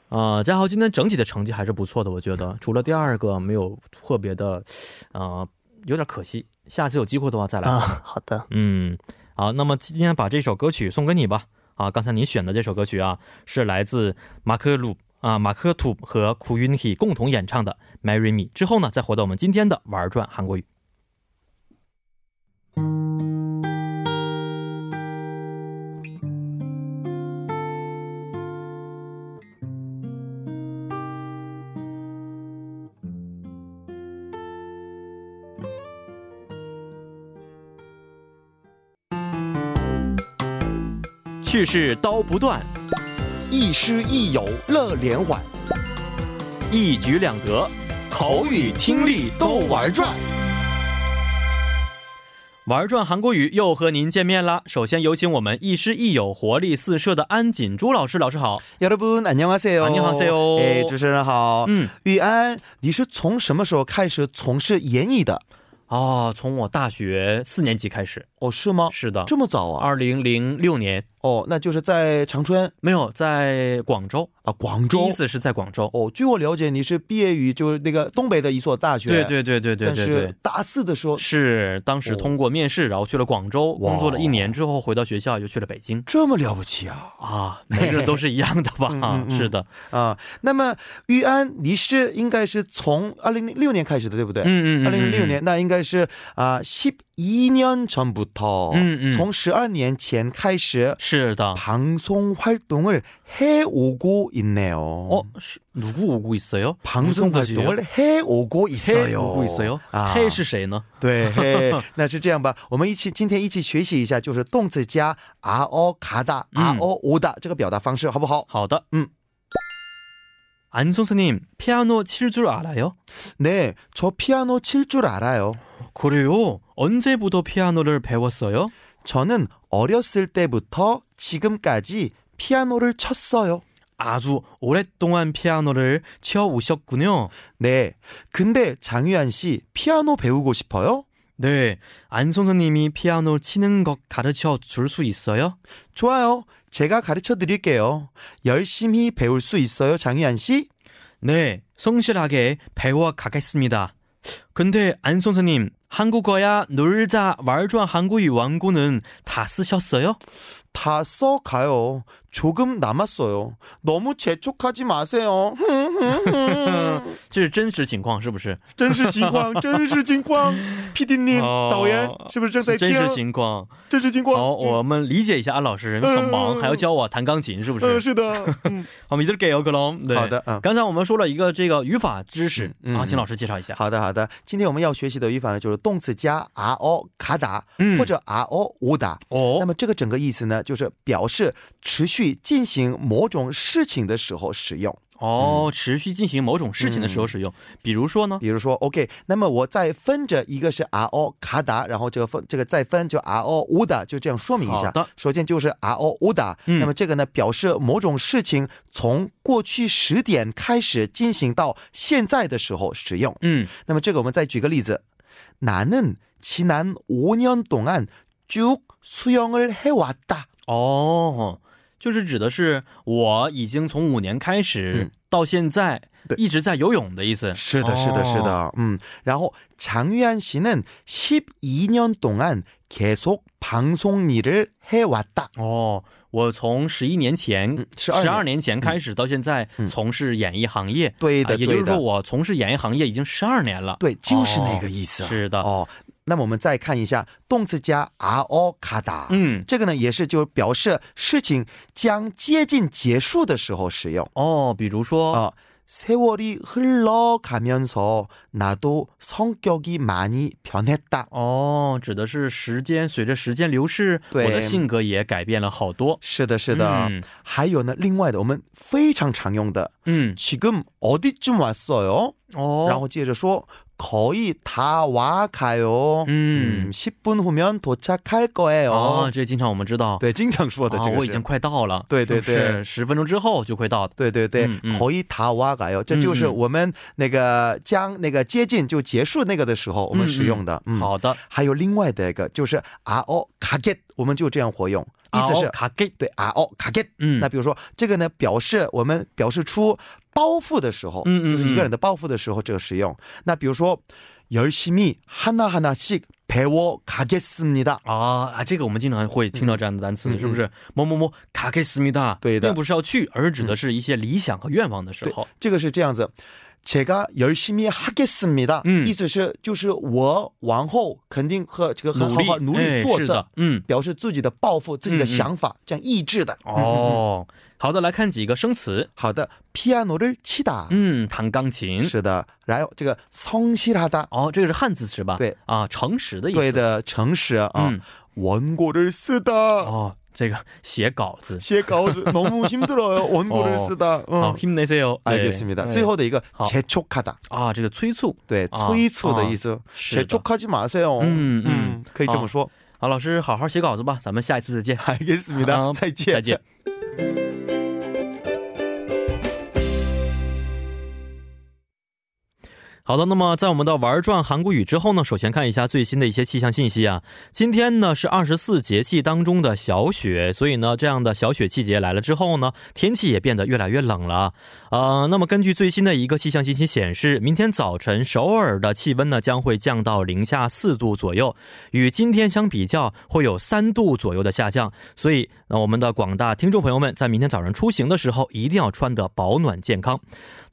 [SPEAKER 1] 呃，嘉豪今天整体的成绩还是不错的，我觉得除了第二个没有特别的，呃，有点可惜。下次有机会的话再来。
[SPEAKER 5] 啊，好的，
[SPEAKER 1] 嗯，好，那么今天把这首歌曲送给你吧。啊，刚才你选的这首歌曲啊，是来自马克鲁啊马克吐和库云希共同演唱的《Marry Me》。之后呢，再回到我们今天的玩转韩国语。去世刀不断，
[SPEAKER 10] 亦师亦友乐连环，
[SPEAKER 1] 一举两得。
[SPEAKER 10] 口语听力都玩转。
[SPEAKER 1] 玩转韩国语又和您见面啦！首先有请我们亦师亦友、活力四射的安锦珠老师，老师好。
[SPEAKER 10] 여러분 안녕하세요.
[SPEAKER 1] 안녕하세요.
[SPEAKER 10] 哎，主持人好。
[SPEAKER 1] 嗯，
[SPEAKER 10] 玉安，你是从什么时候开始从事演艺的？
[SPEAKER 1] 哦，从我大学四年级开始，
[SPEAKER 10] 哦，是吗？
[SPEAKER 1] 是的，
[SPEAKER 10] 这么早啊？
[SPEAKER 1] 二零零六年
[SPEAKER 10] 哦，那就是在长春
[SPEAKER 1] 没有在广州，
[SPEAKER 10] 啊，广
[SPEAKER 1] 第
[SPEAKER 10] 州
[SPEAKER 1] 一。次是在广州。
[SPEAKER 10] 哦，据我了解，你是毕业于就是那个东北的一所大学。
[SPEAKER 1] 对对对对对
[SPEAKER 10] 但
[SPEAKER 1] 对
[SPEAKER 10] 是
[SPEAKER 1] 对。
[SPEAKER 10] 大四的时候，
[SPEAKER 1] 是当时通过面试，然后去了广州
[SPEAKER 10] 哇
[SPEAKER 1] 工作了一年之后，回到学校又去了北京
[SPEAKER 10] 这么了不起啊！
[SPEAKER 1] 啊，每个人都是一样的吧？
[SPEAKER 10] 嗯嗯
[SPEAKER 1] 是的，
[SPEAKER 10] 啊，那么玉安，你是应该是从二零零六年开始的，对不对？
[SPEAKER 1] 嗯嗯嗯，
[SPEAKER 10] 二零零六年，那应该是啊，十一年전부터，
[SPEAKER 1] 嗯嗯
[SPEAKER 10] 从十二年前开始，
[SPEAKER 1] 是的。
[SPEAKER 10] 방송 활동을 해오고 있네요.
[SPEAKER 1] 어, 시- 누구 오고 있어요?
[SPEAKER 10] 방송
[SPEAKER 1] 무슨 뜻이에요?
[SPEAKER 10] 활동을 해오고
[SPEAKER 1] 해
[SPEAKER 10] 있어요.
[SPEAKER 1] 오고 있어요?
[SPEAKER 10] 아.
[SPEAKER 1] 해是谁呢？
[SPEAKER 10] 对，嘿，那是这样吧，我们一起今天一起学习一下，就是动词加 r o 卡大 r
[SPEAKER 1] 嗯
[SPEAKER 10] o 오大这个表达方式，好不好？
[SPEAKER 1] 好的，
[SPEAKER 10] 嗯。
[SPEAKER 1] 안 선생님 피아노 칠 줄 알아요?
[SPEAKER 10] 네저피아노칠 줄알아요
[SPEAKER 1] 그래요. 언제부터 피아노를 배웠어요?
[SPEAKER 10] 저는 어렸을 때부터 지금까지 피아노를 쳤어요.
[SPEAKER 1] 아주 오랫동안 피아노를 치어 오셨군요.
[SPEAKER 10] 네. 근데 장유한 씨 피아노 배우고 싶어요?
[SPEAKER 1] 네, 안 선생님이 피아노 치는 것 가르쳐 줄 수 있어요?
[SPEAKER 10] 좋아요. 제가 가르쳐 드릴게요. 열심히 배울 수 있어요, 장유한 씨?
[SPEAKER 1] 네, 성실하게 배워 가겠습니다. 근데 안 선생님, 한국어야 놀자 말주한 한국이 원고는 다 쓰셨어요?
[SPEAKER 10] 다 써가요. 조금 남았어요. 너무 재촉하지 마세요.
[SPEAKER 1] 这是真实情况，是不是？
[SPEAKER 10] 真是金光，真是金光！PD님、
[SPEAKER 1] 哦
[SPEAKER 10] 导演是不是正在听
[SPEAKER 1] 真？实情况。
[SPEAKER 10] 真是金光。
[SPEAKER 1] 好，我们理解一下安老师，因为很忙，还要教我弹钢琴，是不
[SPEAKER 10] 嗯，
[SPEAKER 1] 是？
[SPEAKER 10] 是的，嗯。
[SPEAKER 1] 好，米德给欧克隆。对
[SPEAKER 10] 好的嗯
[SPEAKER 1] 刚才我们说了一个这个语法知识
[SPEAKER 10] 嗯嗯
[SPEAKER 1] 啊，请老师介绍一下。
[SPEAKER 10] 好的，好的。今天我们要学习的语法呢，就是动词加 r o 卡打，
[SPEAKER 1] 嗯
[SPEAKER 10] 或者 r o 武打。那
[SPEAKER 1] 哦，
[SPEAKER 10] 么这个整个意思呢，就是表示持续进行某种事情的时候使用。
[SPEAKER 1] 哦，持续进行某种事情的时候使用，比如说呢？
[SPEAKER 10] 比如说，OK，那么我再分着一个是 R O 卡达，然后这个分这个再分就 R O 乌达，就这样说明一
[SPEAKER 1] 好
[SPEAKER 10] 下
[SPEAKER 1] 的。
[SPEAKER 10] 首先就是 R O 乌达，
[SPEAKER 1] 嗯
[SPEAKER 10] 那么这个呢表示某种事情从过去时点开始进行到现在的时候使用。
[SPEAKER 1] 嗯，
[SPEAKER 10] 那么这个我们再举个例子，나는지난5년동안쭉수영을해왔다。
[SPEAKER 1] 哦，就是指的是我已经从五年开始
[SPEAKER 10] 嗯
[SPEAKER 1] 到现在
[SPEAKER 10] 对
[SPEAKER 1] 一直在游泳的意思。
[SPEAKER 10] 是的，是的，是
[SPEAKER 1] 哦。
[SPEAKER 10] 的，嗯。 어. 음. 然后장유한씨는12년동안계속방송일을해왔다。
[SPEAKER 1] 哦，我从十一年前
[SPEAKER 10] 嗯，12
[SPEAKER 1] 二年前开始到现在
[SPEAKER 10] 嗯
[SPEAKER 1] 从事演艺行业，
[SPEAKER 10] 对
[SPEAKER 1] 啊
[SPEAKER 10] 的，
[SPEAKER 1] 也就
[SPEAKER 10] 对
[SPEAKER 1] 是说
[SPEAKER 10] 的，
[SPEAKER 1] 我从事演艺行业已经十二年了。
[SPEAKER 10] 对，就是那个意思。
[SPEAKER 1] 哦是的
[SPEAKER 10] 哦。那么我们再看一下动词加 r o 卡达，
[SPEAKER 1] 嗯，
[SPEAKER 10] 这个呢也是就表示事情将接近结束的时候使用。
[SPEAKER 1] 哦，比如说，
[SPEAKER 10] 啊， 어, 세월이흘러가면서나도성격이많이변했다。
[SPEAKER 1] 哦，指的是时间随着时间流逝，我
[SPEAKER 10] 对
[SPEAKER 1] 的性格也改变了好多。
[SPEAKER 10] 是的，是的。
[SPEAKER 1] 嗯
[SPEAKER 10] 还有呢，另外的我们非常常用的
[SPEAKER 1] 嗯，
[SPEAKER 10] 지금어디쯤왔어요？
[SPEAKER 1] 哦，
[SPEAKER 10] 然后接着说 거의 다 와 가요.
[SPEAKER 1] 음.
[SPEAKER 10] 10분 후면 도착할 거예요.
[SPEAKER 1] 哦，这经常我们知道，
[SPEAKER 10] 对，经常说的
[SPEAKER 1] 啊
[SPEAKER 10] 这个、，
[SPEAKER 1] 我已经快到了，
[SPEAKER 10] 对对
[SPEAKER 1] 是不是十分钟之后就会到的，
[SPEAKER 10] 对对对，
[SPEAKER 1] 嗯嗯
[SPEAKER 10] 口一塔瓦嘎哟，这就是我们那个将那个接近就结束那个的时候我们使用的。嗯，
[SPEAKER 1] 好的，
[SPEAKER 10] 还有另外的一个就是啊哦卡get，我们就这样活用，意思是、
[SPEAKER 1] 卡给，
[SPEAKER 10] 对啊哦卡 get。
[SPEAKER 1] 嗯，
[SPEAKER 10] 那比如说这个呢，表示我们表示出包袱的时候，
[SPEAKER 1] 嗯嗯嗯
[SPEAKER 10] 就是一个人的包袱的时候这个使用。那比如说열심히하나하나씩배워가겠습니다。
[SPEAKER 1] 啊啊，这个我们经常会听到这样的单词，是不是？某某某卡给思密达，
[SPEAKER 10] 嗯对的
[SPEAKER 1] 并不是要去，而指的是一些理想和愿望的时候。
[SPEAKER 10] 这个是这样子。제가열심히하겠습니다。
[SPEAKER 1] 嗯
[SPEAKER 10] 意思是就是我往后肯定和这个很
[SPEAKER 1] 努
[SPEAKER 10] 好
[SPEAKER 1] 力
[SPEAKER 10] 好努力
[SPEAKER 1] 哎
[SPEAKER 10] 做
[SPEAKER 1] 是
[SPEAKER 10] 的，
[SPEAKER 1] 的，嗯，
[SPEAKER 10] 表示自己的抱负、自己
[SPEAKER 1] 嗯
[SPEAKER 10] 的
[SPEAKER 1] 嗯
[SPEAKER 10] 想法，这样意志的。嗯，
[SPEAKER 1] 哦，好的，来看几个生词，
[SPEAKER 10] 好的。피아노를치다，
[SPEAKER 1] 嗯，弹钢琴，
[SPEAKER 10] 是的。然后这个성실하다，
[SPEAKER 1] 哦，这个是汉字词吧？
[SPEAKER 10] 对
[SPEAKER 1] 啊，诚实的意思。
[SPEAKER 10] 对，的，啊诚实啊
[SPEAKER 1] 嗯。，
[SPEAKER 10] 원고를쓰다，
[SPEAKER 1] 哦，这个写稿子，
[SPEAKER 10] 写稿子너무힘들어요。원고를쓰다，
[SPEAKER 1] 好
[SPEAKER 10] 嗯，
[SPEAKER 1] ，himneseo，
[SPEAKER 10] 알겠습니다。最后的一个
[SPEAKER 1] 好
[SPEAKER 10] 재촉하다，
[SPEAKER 1] 啊，这个催促，
[SPEAKER 10] 对，
[SPEAKER 1] 啊
[SPEAKER 10] 催促的意思。
[SPEAKER 1] 是
[SPEAKER 10] 재촉
[SPEAKER 1] 的
[SPEAKER 10] 하지마세요。
[SPEAKER 1] 嗯嗯
[SPEAKER 10] 嗯，可以这
[SPEAKER 1] 啊
[SPEAKER 10] 么说。
[SPEAKER 1] 好，老师好好写稿子吧，咱们下一次再见。
[SPEAKER 10] 알겠습니다.
[SPEAKER 1] 아,
[SPEAKER 10] 차이치.
[SPEAKER 1] 차이치.好的，那么在我们的玩转韩国语之后呢，首先看一下最新的一些气象信息啊。今天呢是二十四节气当中的小雪，所以呢这样的小雪季节来了之后呢，天气也变得越来越冷了。呃，那么根据最新的一个气象信息显示，明天早晨首尔的气温呢将会降到零下四度左右，与今天相比较会有三度左右的下降。所以，那我们的广大听众朋友们在明天早上出行的时候，一定要穿得保暖健康。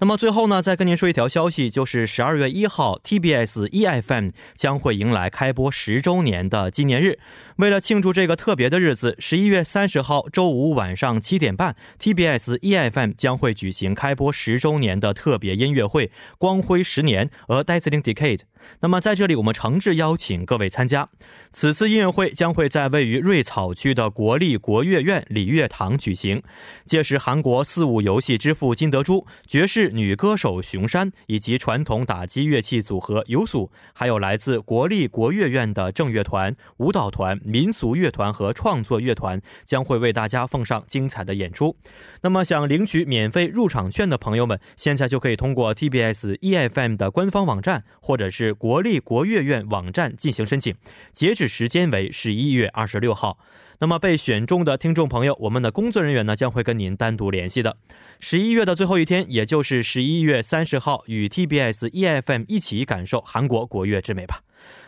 [SPEAKER 1] 那么最后呢，再跟您说一条消息，就是十二月一号，TBS EFM E 将会迎来开播十周年的纪念日。为了庆祝这个特别的日子，十一月三十号周五晚上七点半，TBS EFM E 将会举行开播十周年的特别音乐会《光辉十年》和《Dazzling Decade》。那么在这里，我们诚挚邀请各位参加。此次音乐会将会在位于瑞草区的国立国乐院礼乐堂举行。届时，韩国四五游戏之父金德洙、爵士女歌手熊山以及传统打击乐器组合尤素，还有来自国立国乐院的正乐团、舞蹈团、民俗乐团和创作乐团将会为大家奉上精彩的演出。那么，想领取免费入场券的朋友们，现在就可以通过 TBS EFM E 的官方网站或者是国立国乐院网站进行申请。截止时间为十一月二十六号。那么被选中的听众朋友，我们的工作人员呢将会跟您单独联系的。十一月的最后一天，也就是十一月三十号，与 TBS EFM E 一起感受韩国国乐之美吧。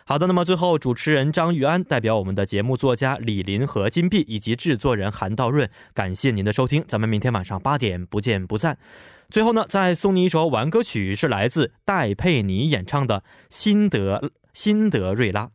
[SPEAKER 1] 好的，那么最后主持人张玉安代表我们的节目作家李林和金碧以及制作人韩道润，感谢您的收听，咱们明天晚上八点不见不散。最后呢，再送你一首晚歌曲，是来自戴佩妮演唱的《辛德辛德瑞拉》。